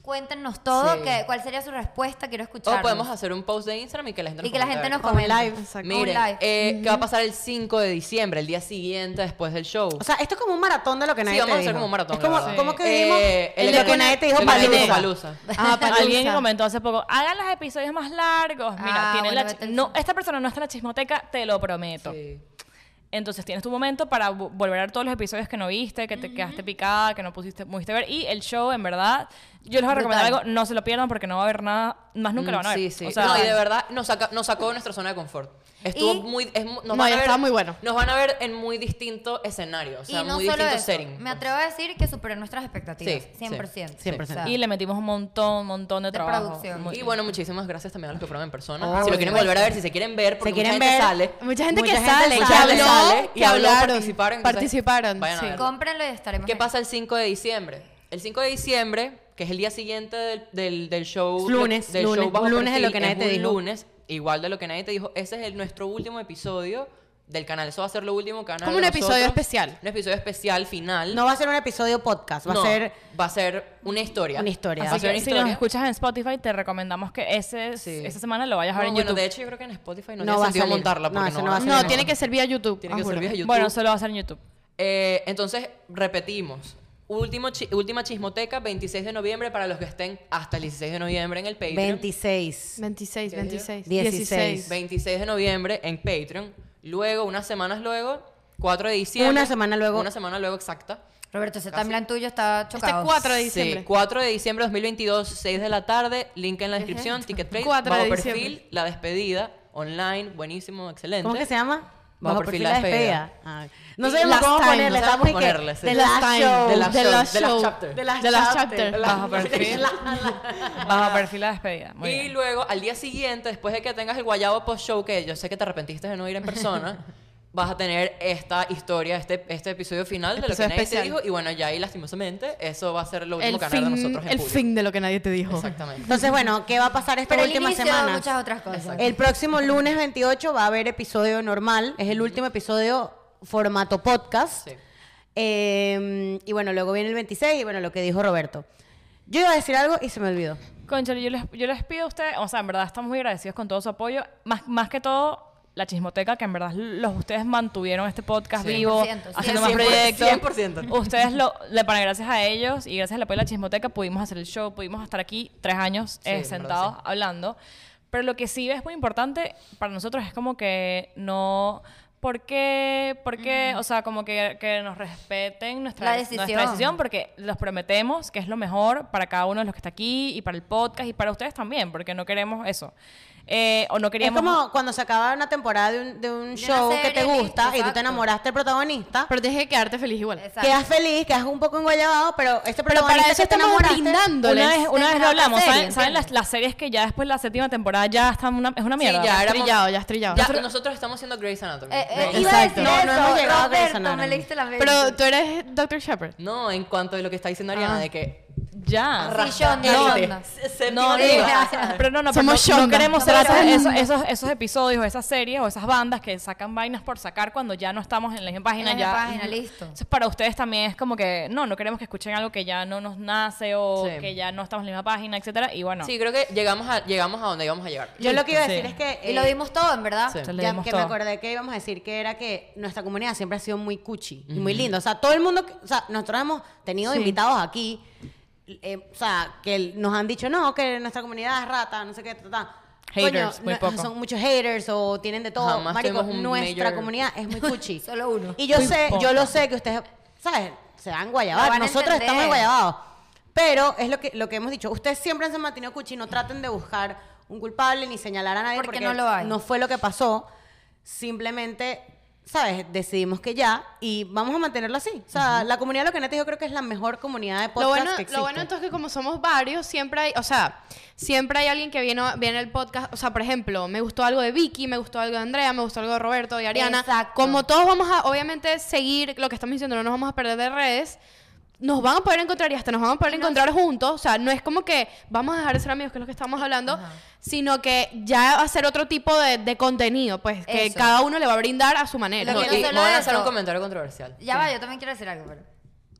cuéntenos todo, Sí. que, cuál sería su respuesta, quiero escuchar. O podemos hacer un post de Instagram y que la gente nos y que la comente, gente a nos ver. Con el comente. live. Exacto. Un Miren, live. eh, ¿qué va a pasar el 5 de diciembre, el día siguiente después del show? O sea, esto es como un maratón de lo que nadie sí, te vamos a hacer dijo. como un maratón. Es como, la verdad. como que dijimos Eh, el de que nadie te dijo el de que nadie te dijo palusa. Palusa. Ah, para Alguien Lusa. comentó hace poco, hagan los episodios más largos. Mira, Ah, tienen bueno, la chi- vete al no, cine. esta persona no está en la chismoteca, te lo prometo. Sí. Entonces tienes tu momento para vo- volver a ver todos los episodios que no viste, que te quedaste picada, que no pusiste, pudiste ver. Y el show, en verdad, yo les voy a recomendar Brutal. Mm, algo, no se lo pierdan porque no va a haber nada, más nunca lo van a ver. Sí, sí. O sea, no, y de verdad nos, saca- nos sacó de nuestra zona de confort. Estuvo Y- muy. es mu- nos No, van a ya ver- estaba muy bueno. Nos van a ver en muy distinto escenario. O sea, y no muy solo distinto eso, setting. me atrevo a decir que superó nuestras expectativas, Sí, sí, 100%. sí. 100%. O sea, y le metimos un montón, un montón de, De trabajo. producción. Muy- Y bueno, muchísimas gracias también a los que fueron en persona. Ah, si por lo quieren supuesto. volver a ver, si se quieren ver, porque Se quieren mucha gente ver. sale. Mucha gente Mucha que gente sale, que sale, habló, sale y que habló, hablaron, participaron, entonces, participaron, vayan a sí. verlo. Cómprenlo y estaremos ¿Qué ahí. pasa el 5 de diciembre? El 5 de diciembre, que es el día siguiente del, del, del show. Es lunes, del lunes, show bajo un lunes de perfil, lo que nadie te un dijo. lunes, igual de lo que nadie te dijo. Ese es el- nuestro último episodio del canal. Eso va a ser lo último canal. Como un episodio especial. Un episodio especial final. No va a ser un episodio podcast, va No, a ser Va a ser una historia. una historia. Va a Así ser que una si nos historia. escuchas en Spotify, te recomendamos que ese, Sí. esa semana lo vayas a No, ver en bueno, YouTube. de hecho yo creo que en Spotify no, No tiene va a sentido salir. montarla No, porque eso no, no va a No, salir. Ah, tiene que ser vía YouTube. Tiene que os ser juro. vía YouTube. Bueno, solo va a ser en YouTube. Eh, entonces, repetimos. Último chi- última chismoteca, 26 de noviembre, para los que estén hasta el 16 de noviembre en el Patreon. 26. 26, 26, 16. 26 de noviembre en Patreon. Luego, unas semanas luego, 4 de diciembre. Una semana luego. Una semana luego exacta. Roberto, ese timeline tuyo está Este chocado. 4 de diciembre. Sí, 4 de diciembre de 2022, 6 de la tarde. Link en la descripción, Ticket Plate, 4 de bajo diciembre. perfil, la despedida, online, buenísimo, excelente. ¿Cómo que se llama? Bajo perfil la despedida. Ah, No Y sabemos last cómo time, ponerle, no estamos sabemos y que ponerle, sí. The Last Last time, Show. The Last The Show, Last The Last Show. Chapter. The Last The Last Chapter. Chapter. Bajo perfil. Bajo perfil la despedida. Muy y bien. luego, al día siguiente, después de que tengas el guayabo post-show, que yo sé que te arrepentiste de no ir en persona, vas a tener esta historia, este, este episodio final de lo que Episodio nadie especial. te dijo. Y bueno, ya ahí, lastimosamente, eso va a ser lo último El, que fin, de nosotros en el público. fin de lo que nadie te dijo. Exactamente. Entonces, bueno, ¿qué va a pasar esta Pero el última inicio de semana? muchas otras cosas. El próximo lunes 28 va a haber episodio normal. Es el último episodio formato podcast. Sí. Eh, y bueno, luego viene el 26 y bueno, lo que dijo Roberto. Yo iba a decir algo y se me olvidó. Conchale, yo les, yo les pido a ustedes, o sea, en verdad estamos muy agradecidos con todo su apoyo, más, más que todo la chismoteca, que en verdad los ustedes mantuvieron este podcast Sí. vivo, 100%, haciendo 100%, más proyectos. 100%. Ustedes lo, le para gracias a ellos y gracias al apoyo de la chismoteca pudimos hacer el show, pudimos estar aquí tres años Sí, eh, en verdad, sentados sí. hablando. Pero lo que sí es muy importante para nosotros es como que no... ¿Por qué? ¿Por qué? O sea, como que, que nos respeten nuestra, La nuestra decisión. decisión porque los prometemos que es lo mejor para cada uno de los que está aquí y para el podcast y para ustedes también, porque no queremos eso. Eh, o no queríamos... Es como cuando se acaba una temporada de un, de un una show que te serie, gusta y tú exacto. te enamoraste del protagonista. Pero tienes que quedarte feliz igual. Exacto. Quedas feliz, quedas un poco enguayabado, pero este Pero protagonista para eso que te estamos enamoraste- brindándoles. Una vez, una vez lo Temporada hablamos, serie, ¿saben? ¿saben ¿entiendes? las, las series que ya después de la séptima temporada ya están una, es una mierda? ya ya éramos- trillado, ya estrillado. Ya, nosotros estamos haciendo Grey's Anatomy. Eh, eh, Grey's iba a Exacto. decir No, no eso, hemos llegado a Grey's Roberto, me Anatomy. leíste la mente. Pero tú eres Dr. Shepard. No, en cuanto a lo que está diciendo Ariana, de que. Ya. Shonda, Shonda. No, no, temporada. pero no, no, Somos pero no- no Shonda. queremos ser Somos esos, Shonda. esos, esos- esos episodios o esas series o esas bandas que sacan vainas por sacar cuando ya no estamos en la misma página. En la ya, misma página, listo. Entonces, para ustedes también es como que no, no queremos que escuchen algo que ya no nos nace o Sí. que ya no estamos en la misma página, etcétera. Y bueno, Sí, creo que llegamos a, llegamos a donde íbamos a llegar. Yo lo que iba a decir Sí. es que... Y lo eh, dimos todo, en verdad. Sí. entonces le Ya dimos que me todo. acordé que íbamos a decir que era que nuestra comunidad siempre ha sido muy cuchi y muy linda. O sea, todo el mundo, que- o sea, nosotros hemos tenido invitados aquí, eh, o sea, que el- nos han dicho, no, que nuestra comunidad es rata, no sé qué, ta, ta". Haters, muy no- poco. Son muchos haters o tienen de todo. Jamás Marico, tuvimos un nuestra mayor- comunidad es muy cuchi. Solo uno. Y yo Muy sé, poca. yo lo sé que ustedes, ¿sabes? Se van Lo guayabar. van a Nosotros entender. estamos guayabados. Ah, Pero es lo que, lo que hemos dicho. Ustedes siempre se han mantenido cuchi. No traten de buscar un culpable ni señalar a nadie Porque no lo hay. No fue lo que pasó. Simplemente, ¿sabes? Decidimos que ya y vamos a mantenerlo así. O sea, la comunidad de Lo que Neta yo creo que es la mejor comunidad de podcast Lo bueno, que lo bueno existe. entonces es que como somos varios, siempre hay, o sea, siempre hay alguien que viene, viene al podcast, o sea, por ejemplo, me gustó algo de Vicky, me gustó algo de Andrea, me gustó algo de Roberto, de Ariana. Exacto. Como todos vamos a, obviamente, seguir lo que estamos diciendo, no nos vamos a perder de redes, nos van a poder encontrar y hasta nos van a poder encontrar juntos, o sea, no es como que vamos a dejar de ser amigos, que es lo que estamos hablando, sino que ya va a ser otro tipo de, de contenido, pues, que Eso. cada uno le va a brindar a su manera. Lo No, que no y solo me voy a eso. lanzar un comentario controversial. Ya va, yo también quiero decir algo, pero...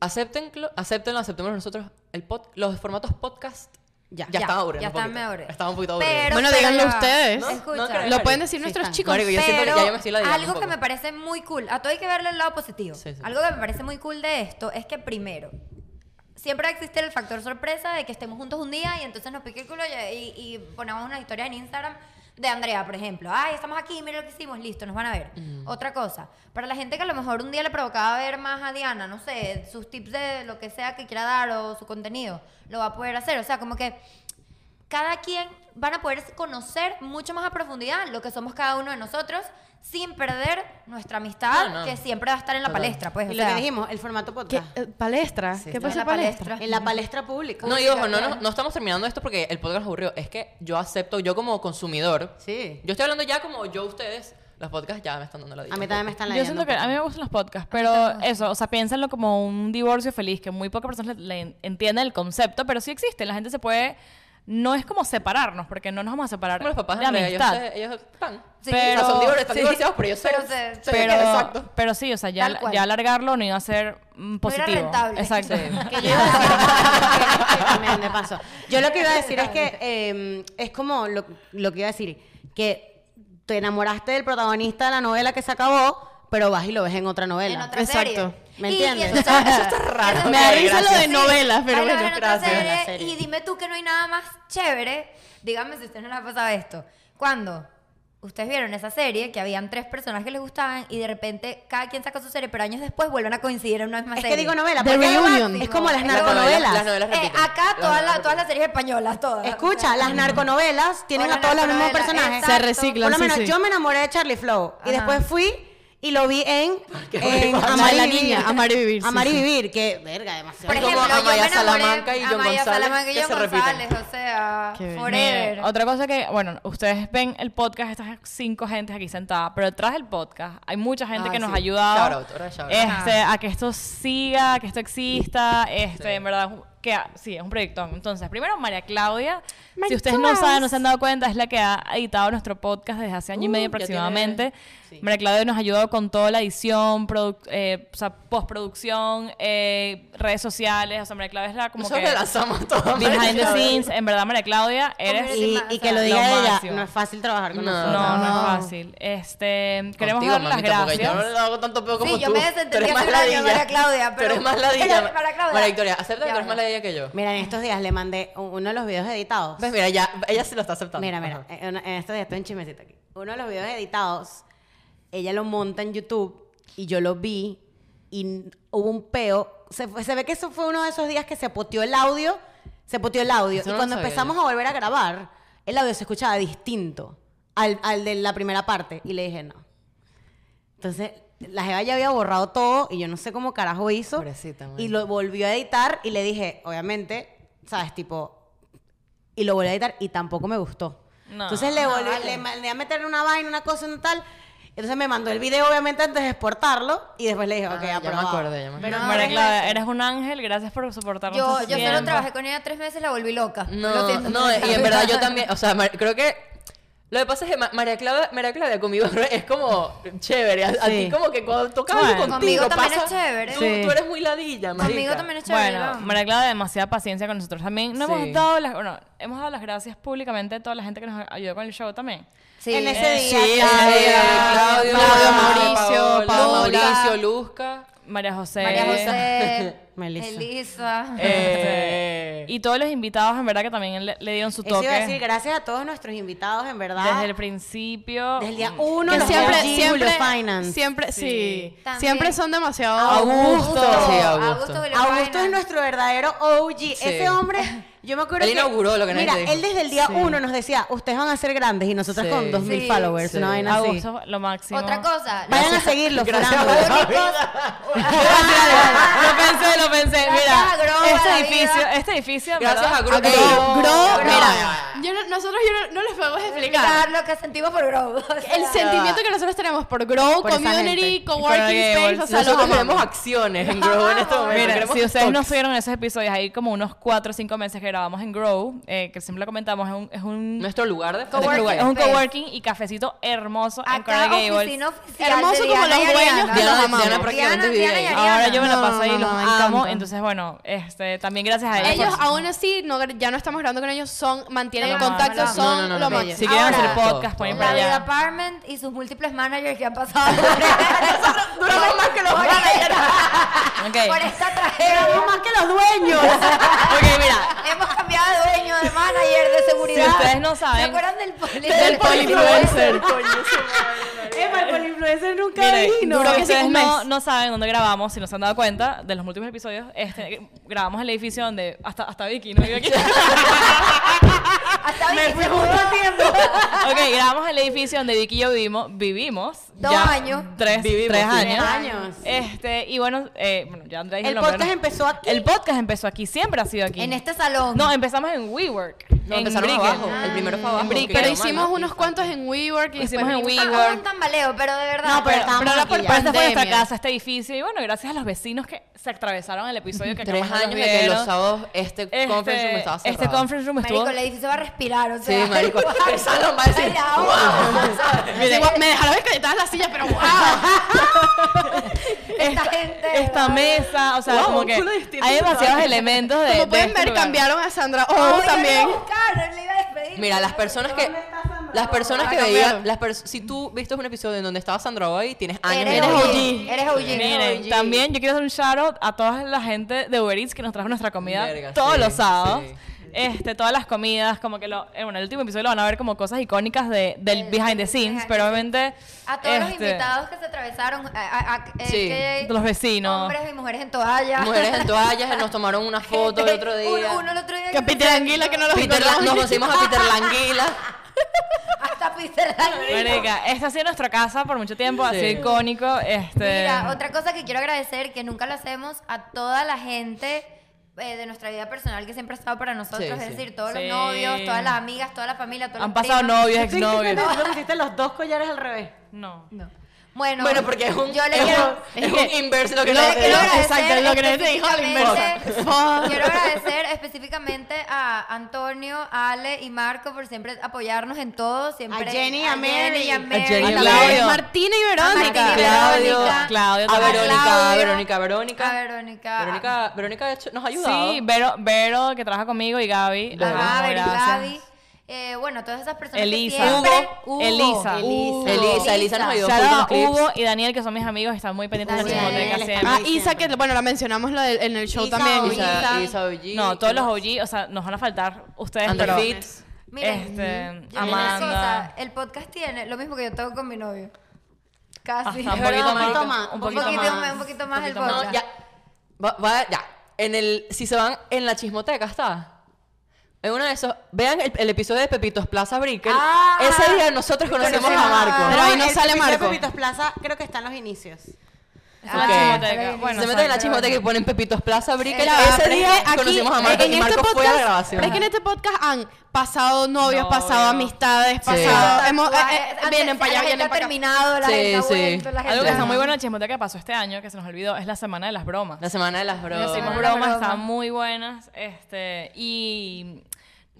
Acéptenlo, acéptenlo, aceptemos nosotros el pod- los formatos podcast. Ya. ya, Ya, estaba aburrido. Ya un poquito. están me aburrido. Estaba un poquito aburrido. Pero, Bueno, pero díganlo ya va. ustedes. No, no Escucha. creo. Lo pueden decir nuestros están. chicos. Marico, yo siento que Pero ya yo me estoy ladeando un algo que poco. me parece muy cool, a todo hay que verle el lado positivo. Sí, sí. Algo que me parece muy cool de esto es que primero, siempre existe el factor sorpresa de que estemos juntos un día y entonces nos pique el culo y, y- y ponemos unas historias en Instagram de Andrea, por ejemplo. Ay, estamos aquí, mira lo que hicimos, listo, nos van a ver. Otra cosa, para la gente que a lo mejor un día le provocaba ver más a Diana, no sé, sus tips de lo que sea que quiera dar o su contenido, lo va a poder hacer. O sea, como que cada quien van a poder conocer mucho más a profundidad lo que somos cada uno de nosotros sin perder nuestra amistad No, no. que siempre va a estar en la Total. palestra, pues. o y lo sea, que dijimos, el formato ¿Qué, podcast. eh, ¿Palestra? ¿Qué en pasa la palestra? palestra. En la palestra pública. No, y ojo, no, no, no estamos terminando esto porque el podcast es aburrido. Es que yo acepto, yo como consumidor, Sí. yo estoy hablando ya como yo ustedes, los podcasts ya me están dando la dicha. A mí también me están la Yo siento que a mí me gustan los podcasts, pero eso, o sea, piénsenlo como un divorcio feliz, que muy pocas personas le- le entienden el concepto, pero sí existe. La gente se puede. No es como separarnos, porque no nos vamos a separar. Como los papás de de Andrea, ellos, amistad. se- ellos están. Sí, O pero- sea, son divor- están sí. divorciados, pero yo sé. Pero se- sé pero, que- exacto. pero sí, o sea, ya, Tal cual. ya alargarlo no iba a ser mm, positivo. rentable. Exacto. Que yo iba a decir- Sí, también, de paso. Yo lo que iba a decir es que eh, es como lo, lo que iba a decir, que te enamoraste del protagonista de la novela que se acabó, pero vas y lo ves en otra novela. en otra Exacto. serie. ¿Me Y- y entiendes? entonces- eso está raro. Me Ok, da risa lo de gracias. novelas, pero Ahí lo bueno. ven en otra gracias. serie, En la serie. Y dime tú que no hay nada más chévere. Dígame si a usted no le ha pasado esto. Cuando ustedes vieron esa serie, que habían tres personas que les gustaban y de repente cada quien saca su serie, pero años después vuelven a coincidir en una misma Es serie. que digo novela, The porque es lo Reunion. máximo. es como las Es Las novelas- narconovelas. Las novelas Eh, repiten. acá Las todas novelas las todas las series españolas, todas. Escucha, las narconovelas tienen Hola, a todos los mismos narconovela, personajes. exacto. Se reciclan, Por lo sí, menos sí. yo me enamoré de Charlie Flow y Ajá. después fui y lo vi en, en horrible. Amar y La Vivir. niña, Amar y Vivir, sí, Amar y sí. Vivir, que verga, demasiado. Por Es como ejemplo, yo me Amaya enamoré Salamanca y John Amaya González, Salamanca y que John se repiten. González, o sea, Qué bien. forever. Mira, otra cosa que, bueno, ustedes ven el podcast, estas cinco gentes aquí sentadas, pero detrás del podcast hay mucha gente Ah, que nos sí. ha ayudado Shout out, ahora shout out. este, a que esto siga, a que esto exista, este, Sí. en verdad, es un- que ah, sí, es un proyecto. Entonces, primero María Claudia, si María ustedes no saben, no Claus. se han dado cuenta, es la que ha editado nuestro podcast desde hace año y Uh, medio ya tiene- aproximadamente. sí. María Claudia nos ha ayudado con toda la edición, produ- eh, o sea, postproducción, eh, redes sociales, o sea, María Claudia es la como Nosotros que... le lanzamos todo. Behind the scenes, en verdad, María Claudia, eres... y, o y sea, que lo lo diga ella, máximo. no es fácil trabajar con No. nosotros. No, no No. es fácil. Este, queremos dar las mamita, porque Yo no gracias. le hago tanto peo como Sí, tú. yo me Tú eres desentendí más hace un año, ladilla. María Claudia, Tú eres pero- más ladilla. María Claudia. María Victoria, acepta que Ya tú eres va. más ladilla que yo. Mira, en estos días le mandé un- uno de los videos editados. Ves, Pues mira, ya, ella se lo está aceptando. Mira, mira, Ajá. eh, una- en estos días estoy en chismecito aquí. Uno de los videos editados, ella lo monta en YouTube y yo lo vi y n- hubo un peo. Se, fue- se ve que eso fue uno de esos días que se poteó el audio, se poteó el audio. Eso y no lo cuando sabía empezamos yo. a volver a grabar, el audio se escuchaba distinto al, al de la primera parte y le dije no. Entonces, la Jeva ya había borrado todo y yo no sé cómo carajo hizo. Pobrecita, man. y lo volvió a editar y le dije, obviamente, sabes, tipo, y lo volví a editar y tampoco me gustó. No. Entonces le volví, le mandé a meter una vaina, una cosa, una tal. Entonces me mandó el video, obviamente, antes de exportarlo. Y después le dije, ok, Ah, ya me aprobado. acordé, ya me Pero acordé. no, María es Clara, eres un ángel, gracias por soportarnos. Yo, tanto yo solo tiempo. trabajé con ella tres meses, la volví loca. Lo No, siento. no, y en verdad yo también, o sea, Mar- creo que lo que pasa es que Ma- María Claudia, María Claudia conmigo es como chévere, a, a Sí. ti como que cuando tocas Bueno. algo contigo Conmigo también pasa- es chévere. Tú, Sí. tú eres muy ladilla, marica. Conmigo también es chévere. Bueno, ¿no? María Clara, demasiada paciencia con nosotros también. No Sí. hemos dado las, bueno, hemos dado las gracias públicamente a toda la gente que nos ayudó con el show también. Sí. En ese Eh, día, Sí, Claudia, eh, Claudio, Claudio, Mauricio, Mauricio, Paola, Paola. Mauricio, Luzca. María José. eh, María José, Melissa. Melissa. eh, y todos los invitados, en verdad, que también le, le dieron su Eso toque. iba a decir, gracias a todos nuestros invitados, en verdad. Desde el principio. Mm. Desde el día uno, Que los siempre, OG, siempre, Julio Finance. Ah, siempre, sí. También. Siempre son demasiado... Augusto. Sí, Augusto. Julio Augusto Faena. es nuestro verdadero OG. Ese hombre, yo me acuerdo Él que- inauguró lo que nadie Mira, te dijo. él desde el día uno nos decía, ustedes van a ser grandes y nosotros Sí. con dos mil Sí. followers, Sí. una vaina así. Augusto, lo máximo. Otra cosa. Vayan a seguirlo, Gracias, Fernando. Augusto. lo pensé, lo pensé. Gracias Mira, a Grover, la este edificio, vida. este edificio, en Gracias verdad, a Gro. A Gro- Ey, Gro- mira. Yo no- nosotros yo no, no les podemos explicar. Explicar lo que sentimos por Grow. O sea, El sentimiento que nosotros tenemos por Grow, Por esa gente. Community, Por Coworking el Space, o Gables. sea, los Nosotros amamos. tenemos acciones en Grow en este momento. Mira, queremos si ustedes no stocks. subieron esos episodios, hay como unos 4 o 5 meses que grabamos en Grow, eh, que siempre lo comentamos, es un, es un, Nuestro lugar de es un lugar- es un Space. coworking y cafecito hermoso en Acá, Coral Gables. oficina oficial de Hermoso como Diana los y Ariana. dueños que Diana- los Diana amamos. prácticamente Diana, vive Diana y ahí. Ariana. Ahora yo me la No, paso ahí, no, los no, me amo. encanta. Entonces, bueno, este, también gracias a ellos. Ellos por- aún así, no, ya no estamos grabando con ellos, son, mantienen el Lo amamos, contacto, lo amamos. son No, no, no, lo no, más. bello. si quieren Ahora, hacer podcast, ponen para La vida allá. apartment y sus múltiples managers que han pasado. Nosotros duramos más que los Okay. Por esta tragedia Más que los dueños. ok, mira. hemos cambiado era dueño de manager de seguridad. Si ustedes no ¿Se saben, acuerdan del poli? del polinfluencer. Epa, el influencer nunca Mire, vino. duro Hace que ustedes un no, mes. no saben dónde grabamos, si no se han dado cuenta, de los múltiples episodios, este, grabamos en el edificio donde hasta, hasta Vicky no vive aquí. Hasta Me Vicky fui se justo a mudó. tiempo. ok, grabamos en el edificio donde Vicky y yo vivimos. Vivimos. Dos ya años. Tres, Vivimos, tres sí. años. Tres años. Este, y bueno, eh, bueno ya Andrés dijo El nombre, podcast ¿no? empezó aquí. El podcast empezó aquí, siempre ha sido aquí. En este salón. No, empezamos en WeWork. No, en empezaron Brickell. abajo. El primero fue abajo. Brickell. que Pero quedó hicimos mal, ¿no? unos cuantos en WeWork y Hicimos después en vinimos- Ah, WeWork. hubo un tambaleo, pero de verdad. No, pero Pero, estábamos pero ahora aquí por ya. pero esta fue nuestra Pandemia. casa, este edificio. Y bueno, gracias a los vecinos que se atravesaron el episodio que Tres jamás nos años de que los vieron. sábados este, Este, conference room estaba cerrado. este conference room Marico, estuvo. el edificio va a respirar, o Sí, sea. marico. El salón va a decir, Era "Wow". agua. Miren, Igual, me dejaron desconectadas las sillas, pero wow. Esta gente, esta ¿verdad? mesa, o sea, Wow, como un que culo distinto, hay demasiados ¿sabes? elementos de. Como de pueden este ver, lugar. cambiaron a Sandra Ay, Oh yo también. Le iba a buscar, le iba a despedir. Mira, las personas que las personas que Ah, veían, cambiaron. las pers- si tú viste un episodio en donde estaba Sandra Boy, tienes años Eres viendo OG. esto. Eres OG. Miren, también yo quiero hacer un shout out a toda la gente de Uber Eats que nos trajo nuestra comida Verga, todos sí, los sábados. sí. Este, todas las comidas, como que lo, en bueno, el último episodio lo van a ver como cosas icónicas de, del Del- behind the del scenes, behind pero the obviamente. A todos los este, invitados que se atravesaron. A, a- a- es Sí, que los vecinos. Hombres y mujeres en toalla. Mujeres en toallas, nos tomaron una foto el otro día. Uno, uno el otro día. Que Peter Anguila que no los Peter La- nos conseguimos a Peter Languila. Hasta Peter Anguila. Marica, esta ha sido nuestra casa por mucho tiempo, ha Sí. sido icónico. Este, Mira, otra cosa que quiero agradecer, que nunca lo hacemos, a toda la gente eh, de nuestra vida personal que siempre ha estado para nosotros, Sí, es sí. decir, todos Sí. los novios, todas las amigas, toda la familia, todos han los pasado primos. novios, Estoy diciendo exnovios. que tú pusiste los dos collares al revés. No. Bueno, Bueno, porque es un yo le es quiero- un- es un inverse lo que Yo le le quiero digo. agradecer exacto, lo que le dijo al específicamente- inverso. Quiero agradecer específicamente a Antonio, Ale y Marco por siempre apoyarnos en todo. Siempre, A Jenny, a Mary. Jenny y a A Mary. Jenny y a a Laura, Claudio. Martina y Martina Verónica. y Verónica, Claudio, Claudio A también. Verónica, a Claudio. Verónica, Verónica. A Verónica. Verónica, Verónica de hecho, nos ha ayudado. Sí, Vero, Vero, que trabaja conmigo, y Gaby. a Las amo, Gaby, gracias. Gaby. Eh, bueno, todas esas personas Elisa. que siempre... Hugo. Elisa. Hugo. Elisa, Elisa nos ayudó. Shout out Juntos a los clips. Hugo y Daniel, que son mis amigos, están muy pendientes de Daniel, mi biblioteca él está siempre. Ah, Siempre, Isa, siempre. que bueno, la mencionamos la del- en el show Isa, también. Isa, Isa. Isa OG. No, todos los OG, o sea, nos van a faltar ustedes, Andrew pero... Fitz. Miren, Este, yo tengo una cosa, Amanda... el podcast tiene lo mismo que yo tengo con mi novio. Casi. Hasta un verdad, poquito un más. poquito más, un Un Un poquito poquito, más. más, un poquito más el No, podcast. ya. Va, va- ya. En el, si se van en la chismoteca, está. En uno de esos. Vean el, el episodio de Pepitos Plaza Brickell. Ah. ese día nosotros conocemos a Marco. Pero ahí no el sale episodio de Marco. Pepitos Plaza creo que están los inicios. Ah, Ok. biblioteca. Se Bueno, se meten en la saben, chismoteca y ponen Pepitos Plaza Brickell. Era- ese pero es día que aquí- conocimos a Marco y Marco fue a la grabación. este es que en este podcast han pasado novios, Novio. pasado amistades, pasado. Tatuajes, hemos- eh, eh, antes- vienen para la allá, gente vienen ha para acá. terminado, la Sí, gente ha sí. vuelto, la gente Algo que ha- está muy bueno en la chismoteca que pasó este año, que se nos olvidó, es la semana de las bromas. La semana de las bromas. Hicimos Semana de las bromas, bromas. estaban muy buenas. Este, y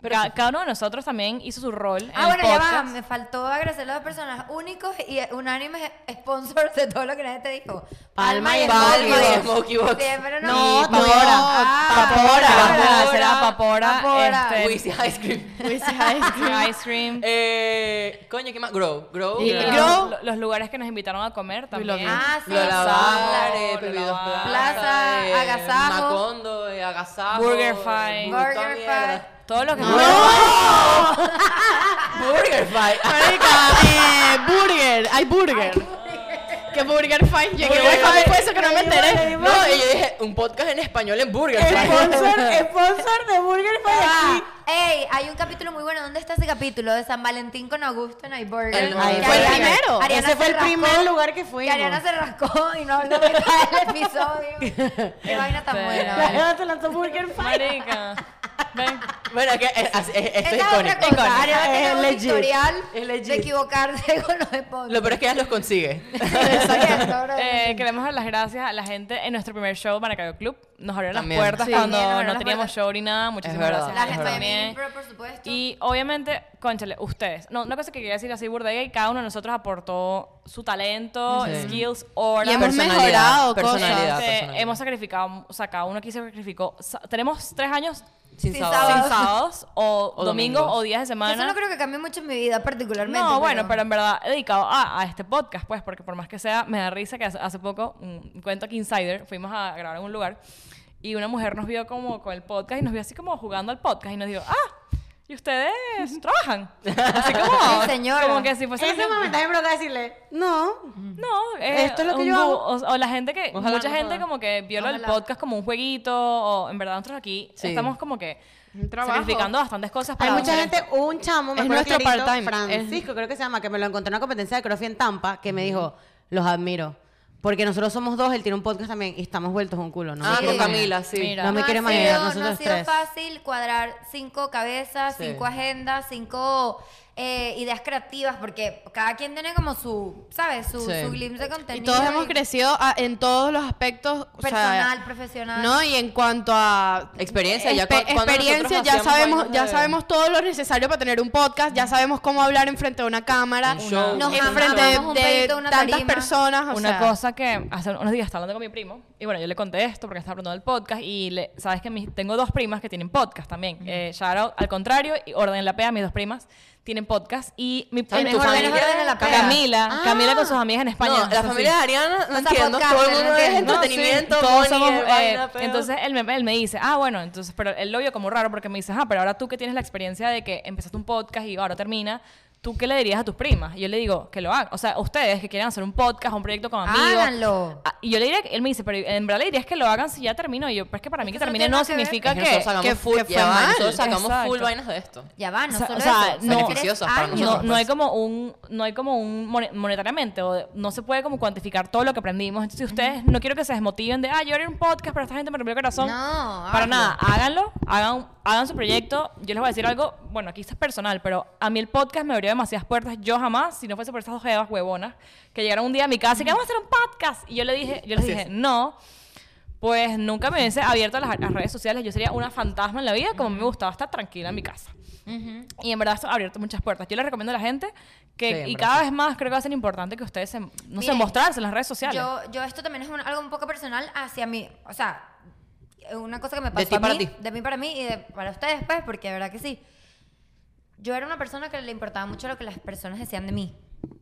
ca- cada uno de nosotros también hizo su rol en Ah, el bueno, ya podcast. va, me faltó agradecer a dos personas únicos y unánimes sponsors de todo lo que la gente dijo. Palma y Smokey Smokey Box. Box. Smokey Box. Siempre nos- No, Y no. Papora. Ah, Papora. Papora. Será Papora. Papora. este, Wheezy Ice Cream. Ice cream. Eh, coño, ¿qué más? Grow. Grow. Y Grow. los- Grow. lo- los lugares que nos invitaron a comer love también. you. Ah, sí. Lola Bares, Lola Bebidos Bares. Plaza, eh, Agasajo. Macondo, eh, Agasajo. eh, Burger Fight. puta Burger mierda. Fight. Todo lo que Burger Fight. Marica, eh, burger, hay burger. Que burger fine llegué. Burger güey, ¿Cómo Fine. fue eso que no me enteré? No, y yo dije, un podcast en español en Burger Fight. Sponsor, sponsor de Burger Ah. para aquí. Ey, hay un capítulo muy bueno. ¿Dónde está ese capítulo? De San Valentín con Augusto en El- iBurger. ahí Que fue el Ariana- primero. Ariana Ese fue se el rascó- primer lugar que Que Ariana fuimos. se rascó y no habló de todo el episodio. Qué vaina tan Este, buena. La vale. gente te lanzó Burger Fight. Marica. Ven. Bueno, es que es- es- es- esto Esa es es otra icónico. cosa. Ariana Es tiene un legit. historial Es legit. de equivocarse con los Lo sponsors. peor es que ella los consigue. Exacto. Eh, queremos dar las gracias a la gente en nuestro primer show, Maracayo Club. Nos abrieron También. las puertas Sí. cuando También nos abrieron no las teníamos puertas. show ni nada. Muchísimas verdad. gracias. La a ellos gente de también. Mimpro, por supuesto. Y obviamente, conchale, ustedes. No, una cosa que quería decir así burda y cada uno de nosotros aportó su talento, Sí. skills, horas. Y hemos Personalidad, mejorado cosas. personalidad, Este, personalidad. hemos sacrificado, o sea, cada uno aquí se sacrificó. Sa- tenemos tres años Sin Sin sabor. sabor. sin sábados o, O domingos domingos. o días de semana. Eso no creo que cambie mucho en mi vida particularmente. No, bueno, pero en verdad he dedicado a, a este podcast, pues, porque por más que sea, me da risa que hace, hace poco, un cuento aquí Insider, fuimos a grabar en un lugar y una mujer nos vio como con el podcast y nos vio así como jugando al podcast y nos dijo, ah, ¿y ustedes trabajan? Así como, Sí, señora. como que si fuese... En ese momento me provoca decirle, no. No, eh, Esto es lo que un yo gu- hago. O, o la gente que, Ojalá, mucha por gente favor. como que vio lo del Ojalá. podcast como un jueguito, o en verdad nosotros aquí Sí. estamos como que Un trabajo. sacrificando bastantes cosas Hay para mucha hacer- gente, hubo un chamo, me Es acuerdo nuestro clarito, part-time. Francisco, creo que se llama, que me lo encontré en una competencia de CrossFit en Tampa, que me dijo, los admiro. Porque nosotros somos dos, él tiene un podcast también y estamos vueltos un culo, ¿no? Ah, me Sí. con quiero Camila, sí. Mira. imaginar. No me quiero imaginar, ha sido, no ha nosotros sido tres. fácil cuadrar cinco cabezas, Sí. cinco agendas, cinco eh, ideas creativas, porque cada quien tiene como su, ¿sabes? Su, Sí. su glimpse de Y contenido. todos hemos crecido a- en todos los aspectos. o sea, Personal, profesional. No, y en cuanto a Experiencia, ya espe- cu- cuando experiencia, nosotros ya hacíamos sabemos, vainas ya de- sabemos todo lo necesario para tener un podcast, ya sabemos cómo hablar enfrente de una cámara, Un show. Nos enfrente amamos un de, pedito, una tantas tarima. personas, o una sea, cosa que hace unos días estaba hablando con mi primo y bueno yo le conté esto porque estaba hablando del podcast y le- sabes que mis- tengo dos primas que tienen podcast también Eh, shout out, al contrario y orden la pea mis dos primas tienen podcast y mi ¿Saben en tu tu familia? familia- Orden en la pea. Camila Ah. Camila con sus amigas en España No, es la así. familia de Ariana, no sea, entiendo. podcast, Todo el mundo no es entiendo. No, sí, entretenimiento, todos money, somos, es eh, vaina, pero- entonces él me, él me dice, ah, bueno, entonces, pero él lo vio como raro porque me dice, ah, pero ahora tú que tienes la experiencia de que empezaste un podcast y ahora termina, ¿tú qué le dirías a tus primas? Y yo le digo, que lo hagan. O sea, ustedes que quieren hacer un podcast, un proyecto con amigos. Háganlo. Ah, Y yo le diría, él me dice, pero en verdad le dirías que lo hagan si ya termino. Y yo, pero es que para mí que Esto no termine tiene no nada que ver. significa Es que que... nosotros sacamos que full, fue ya va, mal. nosotros sacamos full Exacto. vainas de esto. Ya va, no O sea- solo o sea, eso. no- tres Beneficiosas para años. No, nosotros. pues. no hay como un no hay como un mone- monetariamente o no se puede como cuantificar todo lo que aprendimos entonces ustedes no quiero que se desmotiven de ah yo haré un podcast para esta gente me rompió el corazón No, para hazlo. nada háganlo hagan hagan su proyecto yo les voy a decir algo bueno aquí esto es personal pero a mí el podcast me abrió demasiadas puertas yo jamás si no fuese por estas dos jevas huevonas que llegaron un día a mi casa y que vamos a hacer un podcast y yo le dije yo les Así dije es. no pues nunca me hubiese abierto a las, a las redes sociales. Yo sería una fantasma en la vida, como me gustaba estar tranquila en mi casa. pues. Y en verdad eso ha abierto muchas puertas. Yo les recomiendo a la gente Sí, que, en y verdad, cada sí. vez más creo que va a ser importante que ustedes, se- no sé, Miren, mostrarse en las redes sociales. Yo, yo esto también es un- algo un poco personal hacia mí. O sea, una cosa que me De pasó ti a para mí, ti. de mí para mí y de, para ustedes, pues, porque de verdad que sí. Yo era una persona que le importaba mucho lo que las personas decían de mí.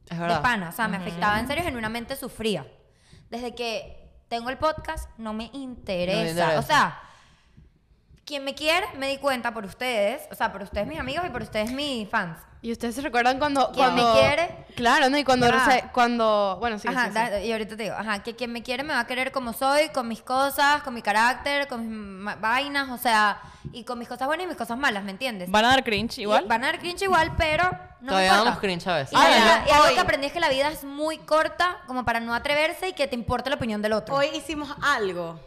Es verdad. De pana, o sea, me afectaba en serio, genuinamente sufría. Desde que tengo el podcast, no me interesa. interesa. O sea, quien me quiere, me di cuenta por ustedes, o sea, por ustedes mis amigos y por ustedes mis fans. Y ustedes se recuerdan cuando Quien cuando me quiere. Claro, no, y cuando Ya va. rece- cuando bueno, sí, ajá, sí, sí. da- y ahorita te digo, ajá, que quien me quiere me va a querer como soy, con mis cosas, con mi carácter, con mis ma- vainas, o sea, y con mis cosas buenas y mis cosas malas, ¿me entiendes? ¿Van a dar cringe Y igual? Van a dar cringe igual, pero no Todavía me importa. damos cringe a veces. Y, la Ah, verdad- ya. y algo Hoy. que aprendí es que la vida es muy corta como para no atreverse y que te importe la opinión del otro. Hoy hicimos algo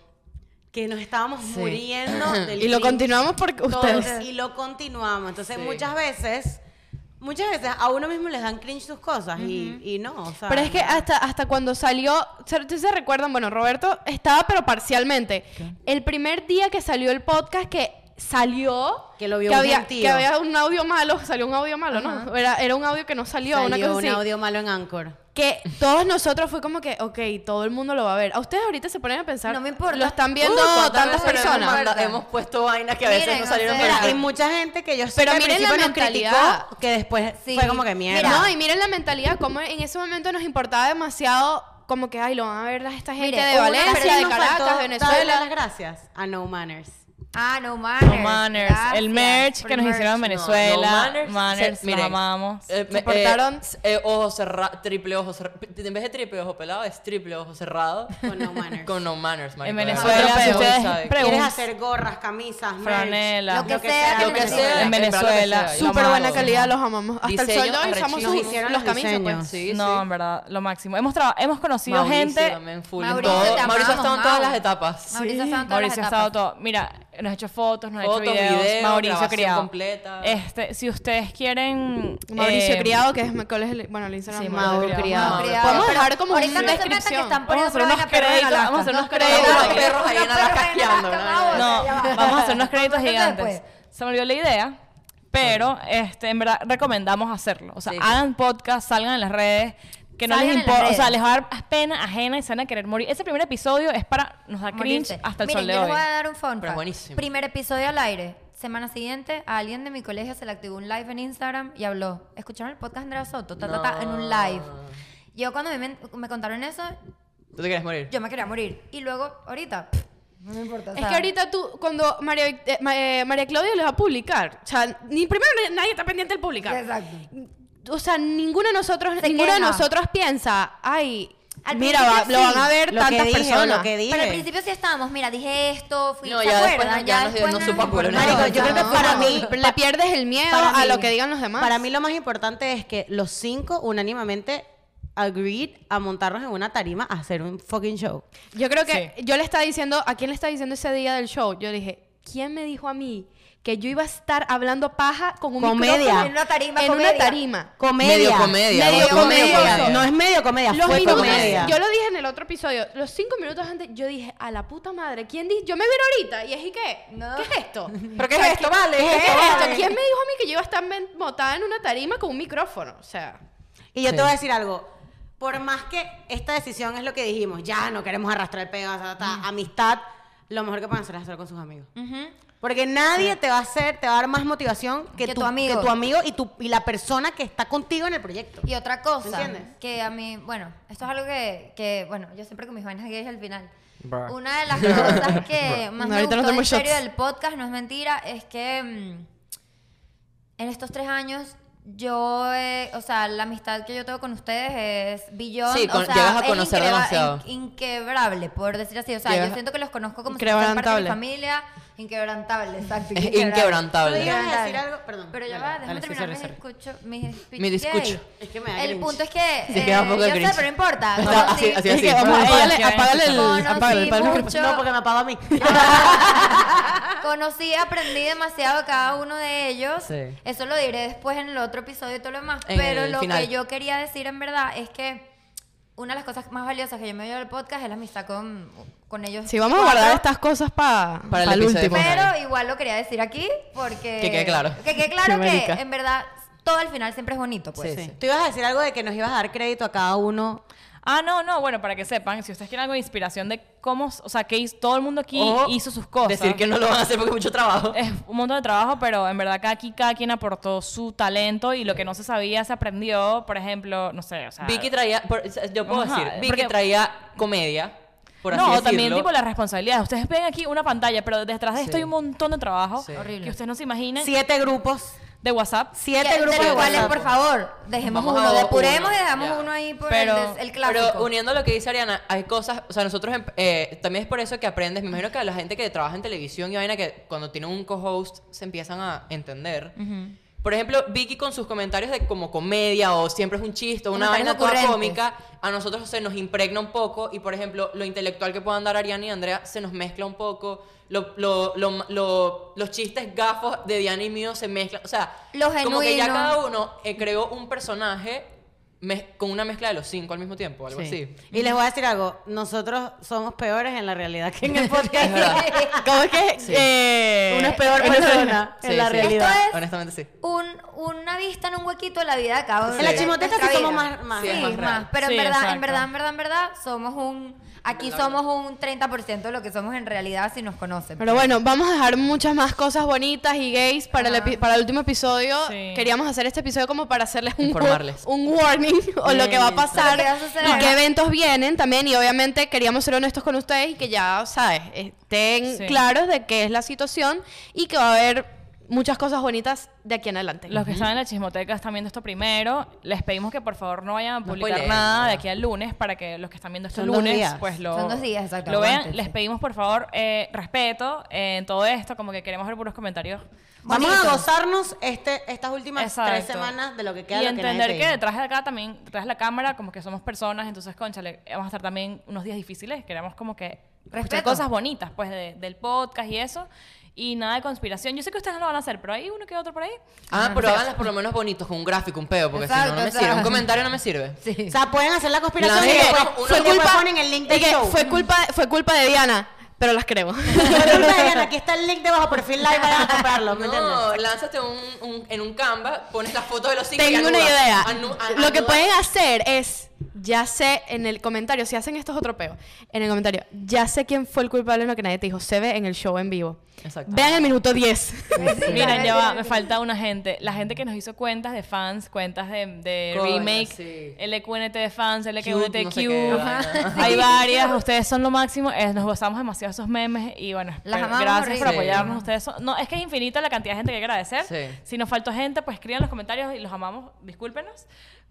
que nos estábamos muriendo del Y lo cringe. continuamos porque ustedes Todos, y lo continuamos. Entonces, muchas veces, muchas veces a uno mismo les dan cringe sus cosas y- y, no, o sea. Pero es que no. hasta, hasta cuando salió, ¿se- ¿ustedes se recuerdan? Bueno, Roberto estaba, pero parcialmente. El primer día que salió el podcast que salió... Que lo vio un había, gentío. que había un audio malo, salió un audio malo, ¿no? Era, era un audio que no salió, una Salió cosa un así. audio malo en Anchor. Que todos nosotros fue como que, ok, todo el mundo lo va a ver. A ustedes ahorita se ponen a pensar... No me importa. Lo están viendo Uh, Uh, ¿Cuántas tantas veces no hemos personas. manda- Hemos, puesto vainas que a veces Miren, no salieron o sea, por Mira, ahí. hay mucha gente que yo sé Pero que al miren la principio nos mentalidad. criticó, que después Sí. fue como que mierda. No, y miren la mentalidad, como en ese momento nos importaba demasiado, como que, ay, lo van a ver esta gente Mire, de una Valencia, persona de nos faltó Caracas, darle las Venezuela. gracias a No Manners. Ah, no manners. No manners. el Gracias merch por que el nos merch. hicieron en No, Venezuela. no, manners, se- nos miren, amamos. eh, me- eh, portaron? eh, ojo cerrado, triple ojo cerrado. En vez de triple ojo pelado, es triple ojo cerrado. Con No Manners. Con no manners, marico, en de verdad. Venezuela, si Otro peo. ustedes Sabe. Quieres preguntan- hacer gorras, camisas, merch, Franela. Lo que sea, Lo que en sea, en verdad, lo que Venezuela. sea, yo Súper amaba buena todo. calidad, los amamos. Hasta Diseño el sol de hoy usamos arrechísimo. sus, Nos hicieron los los camisas. diseños. pues. Sí, no, sí. en verdad, lo máximo. Hemos, tra- hemos conocido Mauricio gente. también full, en Mauricio, todo. te Mauricio ha estado amamos, en todas Mau. las etapas. Mauricio ha estado en todas Mauricio ha las estado etapas. todo. Mira, nos ha hecho fotos, nos ha hecho Fotos, videos. videos, Mauricio grabación Criado. completa. Este, si ustedes quieren. Mauricio eh, Criado, que es ¿cuál es el, bueno, el Instagram. Sí, de Mauro Mauricio Criado. Mauro Criado. Mauro Criado. Podemos Pero dejar como ahorita una no se metan que descripción. están Vamos a hacer unos Prueba la perra en créditos. Alaska. Vamos a hacer unos Los créditos. créditos. Unos perros ahí en Unos Alaska perros ahí en asqueando, Alaska, ¿no? Mau, No, o sea, ya va. vamos a hacer unos créditos Vamos a hacerlo gigantes. después. Se me olvidó la idea, pero este, en verdad recomendamos hacerlo. O sea, Sí, sí. hagan podcast, salgan en las redes. Que no les Salgan en las importa, o sea, redes. les va a dar pena ajena y se van a querer morir. Ese primer episodio es para nos da cringe Morirse. hasta el Miren, sol de yo hoy. les voy a dar un fun Pero fact. buenísimo. Primer episodio al aire. Semana siguiente, a alguien de mi colegio se le activó un live en Instagram y habló. ¿Escucharon el podcast de Andrea Soto? Ta, ta, ta, en un live. Yo cuando me, men- me contaron eso, ¿Tú te quieres morir? yo me quería morir. Y luego, ahorita, pff, No me importa. o Es sea, que ahorita tú, cuando María, Vic- eh, Ma- eh, María Claudia los va a publicar, o sea, ni primero ni- nadie está pendiente del publicar. Exacto. O sea, ninguno de nosotros, Se ninguno de queja. nosotros piensa, ay, Al mira, principio va- lo sí, van a Lo ver que tantas dije, personas. lo que dije. Pero al principio sí estábamos, mira, dije esto, fui No, ¿se ya después acuerdan? no- ya nos dio- no después supo nos apurar. importaba. Marico, yo creo que para mí- le pierdes el miedo Para a mí- lo que digan los demás. Para mí lo más importante es que los cinco unánimemente agreed a montarnos en una tarima a hacer un fucking show. Yo creo que yo le estaba diciendo, ¿a quién le estaba diciendo ese día del show? Yo dije, ¿quién me dijo a mí que yo iba a estar hablando paja con un Comedia. micrófono En una tarima, en comedia. una tarima? Comedia. Medio comedia, Medio botamos medio comedia. No es medio comedia, Los fue minutos, comedia. yo lo dije en el otro episodio, los cinco minutos antes, yo dije, a la puta madre, ¿quién dice? Yo me veo ahorita, y es y qué, No. ¿qué es esto? ¿Pero qué es esto, vale? ¿Qué es esto? vale? ¿Quién me dijo a mí que yo iba a estar men- montada en una tarima con un micrófono? O sea, Y yo Sí. te voy a decir algo. Por más que esta decisión es lo que dijimos, ya no queremos arrastrar el pedo, ta, ta, Mm. ta, amistad, lo mejor que pueden hacer es hacerlo con sus amigos. Porque nadie te va a hacer, te va a dar más motivación que, tu, amigo. que tu amigo y, tu, y la persona que está contigo en el proyecto. Y otra cosa, ¿Entiendes? que a mí, bueno, esto es algo que, que, bueno, yo siempre con mis vainas gays al final. Bruh. Una de las cosas que más No, me ahorita gustó no en tenemos serio shots. del podcast, no es mentira, es que mm, en estos tres años yo, he- o sea, la amistad que yo tengo con ustedes es billón, Sí, con- o sea, llegas a es conocer inquebra- demasiado. in- inquebrable, por decir así. O sea, Llegas- yo siento que los conozco como si fueran parte de mi Inquebrantable. familia. Inquebrantable, exacto. Es inquebrantable. Tú ibas a decir algo, perdón. Pero ya Dale, va, déjame dale, sí, terminar sorry, sorry. mis escucho, mis speech Mi discucho. gay. Es que me da El cringe. punto es que. eh, Sí, queda un poco de yo sé, cringe. pero no importa. Está conocí- así- así, así. que vamos, Vamos, apágale, ella- apágale el, Conocí apágale, apágale el mucho- micrófono. No, porque me apagó a mí. Ah, Conocí, aprendí demasiado de cada uno de ellos. Sí. Eso lo diré después en el otro episodio y todo lo demás. En pero el lo final. que yo quería decir en verdad es que una de las cosas más valiosas que yo me llevo del podcast es la amistad con, con ellos. Sí, vamos a cuatro. guardar estas cosas para Para el episodio último. final. Pero igual lo quería decir aquí porque. pues, Que quede claro. Que quede claro Qué que marica. en verdad todo al final siempre es bonito, pues. Sí, sí. Tú ibas a decir algo de que nos ibas a dar crédito a cada uno. Ah, no, no, bueno, para que sepan, si ustedes quieren algo de inspiración de cómo, o sea, que hizo- todo el mundo aquí O hizo sus cosas. Decir que no lo van a hacer porque es mucho trabajo. es un montón de trabajo, pero en verdad que aquí cada quien aportó su talento y lo que no se sabía se aprendió, por ejemplo, no sé, o sea... Vicky traía, por- o sea, yo puedo Ajá, decir, Vicky porque- traía comedia, por así no, decirlo. también tipo la responsabilidad. Ustedes ven aquí una pantalla, pero detrás de esto Sí. hay un montón de trabajo Sí. Horrible. que ustedes no se imaginan Siete grupos. de WhatsApp. Siete Que- grupos. pero este de igual es, WhatsApp. por favor, dejemos Vamos a uno, uno, depuremos y ya. dejamos uno ahí por Pero- el, des- el clásico. Pero uniendo lo que dice Ariana, hay cosas, o sea, nosotros em- eh, también es por eso que aprendes, me imagino que a la gente que trabaja en televisión y vaina que cuando tienen un co-host se empiezan a entender. Por ejemplo, Vicky con sus comentarios de como comedia o siempre es un chiste, o una Comentarios vaina toda ocurrentes. cómica, a nosotros se nos impregna un poco y por ejemplo, lo intelectual que puedan dar Ariana y Andrea se nos mezcla un poco, lo- lo- lo- lo- los chistes gafos de Diana y mío se mezclan, o sea, Lo como que ya genuino. cada uno eh, creó un personaje mez- con una mezcla de los cinco al mismo tiempo, algo así. Y les voy a decir algo, nosotros somos peores en la realidad que en el podcast. ¿Cómo es que? eh, Una es peor persona en Sí, la sí. realidad. Esto es- Honestamente sí. Un- una vista en un huequito de la vida de cada uno. En de la chimoteta nuestra sí somos vida. más- más- Sí, es más más. real. Pero en Sí, verdad, en exacto. verdad, en verdad, en verdad, somos un. Aquí somos un 30% de lo que somos en realidad si nos conocen. Pero bueno, vamos a dejar muchas más cosas bonitas y gays para, el, epi- para el último episodio. Sí. Queríamos hacer este episodio como para hacerles un, Informarles. un warning o lo que va a pasar Lo que va a suceder. y qué eventos vienen también. Y obviamente queríamos ser honestos con ustedes y que ya, sabes, estén Sí. claros de qué es la situación y que va a haber muchas cosas bonitas de aquí en adelante. Los que están en la chismoteca están viendo esto primero. Les pedimos que por favor no vayan a publicar spoileen, nada no. de aquí al lunes para que los que están viendo esto Son el dos lunes, días. pues lo, Son dos días, exacto, lo vean. aguántense. Les pedimos por favor eh, respeto eh, en todo esto, como que queremos ver puros comentarios. Vamos a Bonito. gozarnos este, estas últimas tres Exacto. semanas de lo que queda. y lo nadie entender te que, dijo. detrás de acá también, detrás de la cámara, como que somos personas, entonces, conchale, vamos a estar también unos días difíciles, queremos como que Respeto. escuchar cosas bonitas, pues, de- del podcast y eso, y nada de conspiración. Yo sé que ustedes no lo van a hacer, pero hay uno que otro por ahí. Ah, pero háganlas por lo menos bonitos, con un gráfico, un peo, porque si Exacto, no, no me exacto. sirve. Un comentario no me sirve. O sea, pueden hacer la conspiración La y gente- después, uno- fue uno- culpa, ponen el link y del que show. fue culpa, fue culpa de Diana, pero las queremos. Fue culpa de Diana, aquí está el link de bajo perfil live para comprarlo, ¿me entiendes? No, lánzate un, un- en un Canva, pones la foto de los cinco y Tengo una anudas. idea. Anu- a- Lo que anudas. pueden hacer es ya sé en el comentario, si hacen estos otro peo, en el comentario, ya sé quién fue el culpable en lo que nadie te dijo, se ve en el show en vivo. Exacto. Vean el minuto 10. Mira, ya va, me falta una gente. La gente que nos hizo cuentas de fans, cuentas de, de Coño, remake, sí. LQNT de fans, LQNTQ. Cute, no sé qué, vaina. Hay varias, ustedes son lo máximo. eh, nos gozamos demasiado esos memes y bueno, Las pero amamos gracias por horrible. apoyarnos. Ustedes son- no, es que es infinita la cantidad de gente que hay que agradecer. Sí. Si nos faltó gente, pues escriban en los comentarios y los amamos, discúlpenos.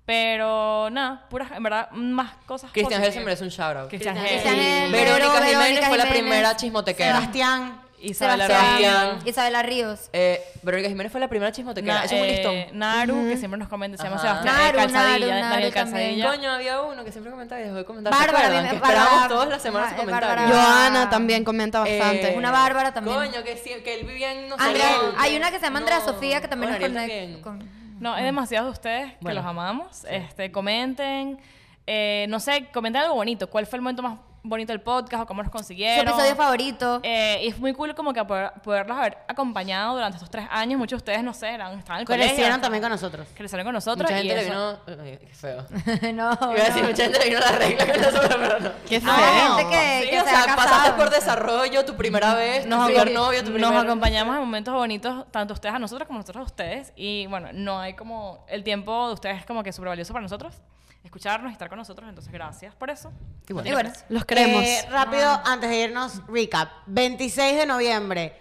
Pero nada, puras, en verdad, más cosas. Cristian Hell se positivas. merece un shout out. Cristian Cristian Hell. Hell. Verónica Jiménez fue la primera chismotequera. chismotequera. Sebastián. Isabela Sebastián. Ramos. Isabela Ríos. Eh, Verónica Jiménez fue la primera chismotequera. Na- Eso es un eh, listón. Naru, que siempre nos comenta, se llama Ajá. Sebastián eh, Naru, Calzadilla, Naru, Daniel Naru también. Calzadilla. Coño, había uno que siempre comentaba y dejó de comentar. ¿Se Bárbara, acuerdan? bien, Que Bárbara. esperábamos todas las semanas su Bárbara. comentario. Joana también comenta bastante. Eh, Una Bárbara también. Coño, que, sí- que él vivía en no sé Andrea- dónde. hay una que se llama Andrea No. Sofía que también Bueno, nos Ariel conecta. también. con- No, es demasiado de ustedes que Bueno. los amamos. Este, comenten. eh, no sé, comenten algo bonito. ¿Cuál fue el momento más bonito del podcast o cómo nos Su consiguieron? episodio favorito. Eh, y es muy cool como que poder- poderlos haber acompañado durante estos tres años. Muchos de ustedes, no sé, eran, estaban en el colegio. Crecieron también con nosotros. Crecieron con nosotros. Mucha y gente le eso- vino. Ay, Qué feo. no. Iba a decir, mucha gente le vino la regla con nosotros, pero no. Qué No, hay gente que, Sí, que o se ha sea, pasaste casado. por desarrollo tu primera vez, tu Nos, primer acom- novio, tu nos primer... acompañamos en momentos bonitos, tanto ustedes a nosotros como nosotros a ustedes. Y bueno, no hay como. El tiempo de ustedes es como que súper valioso para nosotros. Escucharnos y estar con nosotros. Entonces, gracias por eso. Y bueno. Y bueno, Los queremos. Eh, rápido, antes de irnos, recap. 26 de noviembre.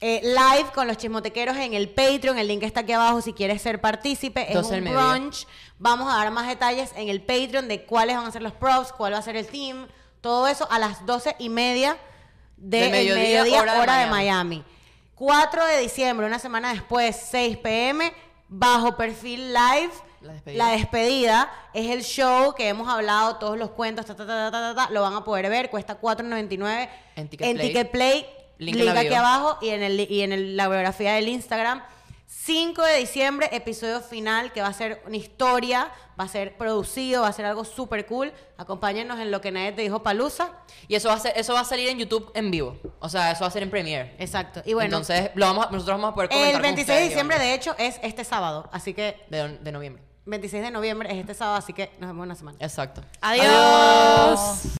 eh, live con los chismotequeros en el Patreon. El link está aquí abajo si quieres ser partícipe. Es 12 del un mediodía. brunch. Vamos a dar más detalles en el Patreon de cuáles van a ser los props, cuál va a ser el team. Todo eso a las 12 y media de, De el mediodía, mediodía, hora, de, Miami. 4 de diciembre, una semana después, 6 pm, bajo perfil live. La despedida. La despedida es el show que hemos hablado, todos los cuentos, ta, ta, ta, ta, ta, ta, lo van a poder ver, cuesta 4.99 En Ticket Play. Play, Link link, en la aquí bio. abajo y en, el, y en el- la biografía del Instagram. 5 de diciembre, episodio final que va a ser una historia, va a ser producido, va a ser algo súper cool. Acompáñenos en lo que nadie te dijo, Palusa. Y eso va, a ser- eso va a salir en YouTube en vivo. O sea, eso va a ser en Premiere. Exacto. Y bueno, Entonces, lo vamos a- nosotros vamos a poder comentar el con 26 de ustedes, diciembre, digamos. de hecho, es este sábado. Así que de... de noviembre. 26 de noviembre es este sábado, así que nos vemos en una semana. Exacto. Adiós.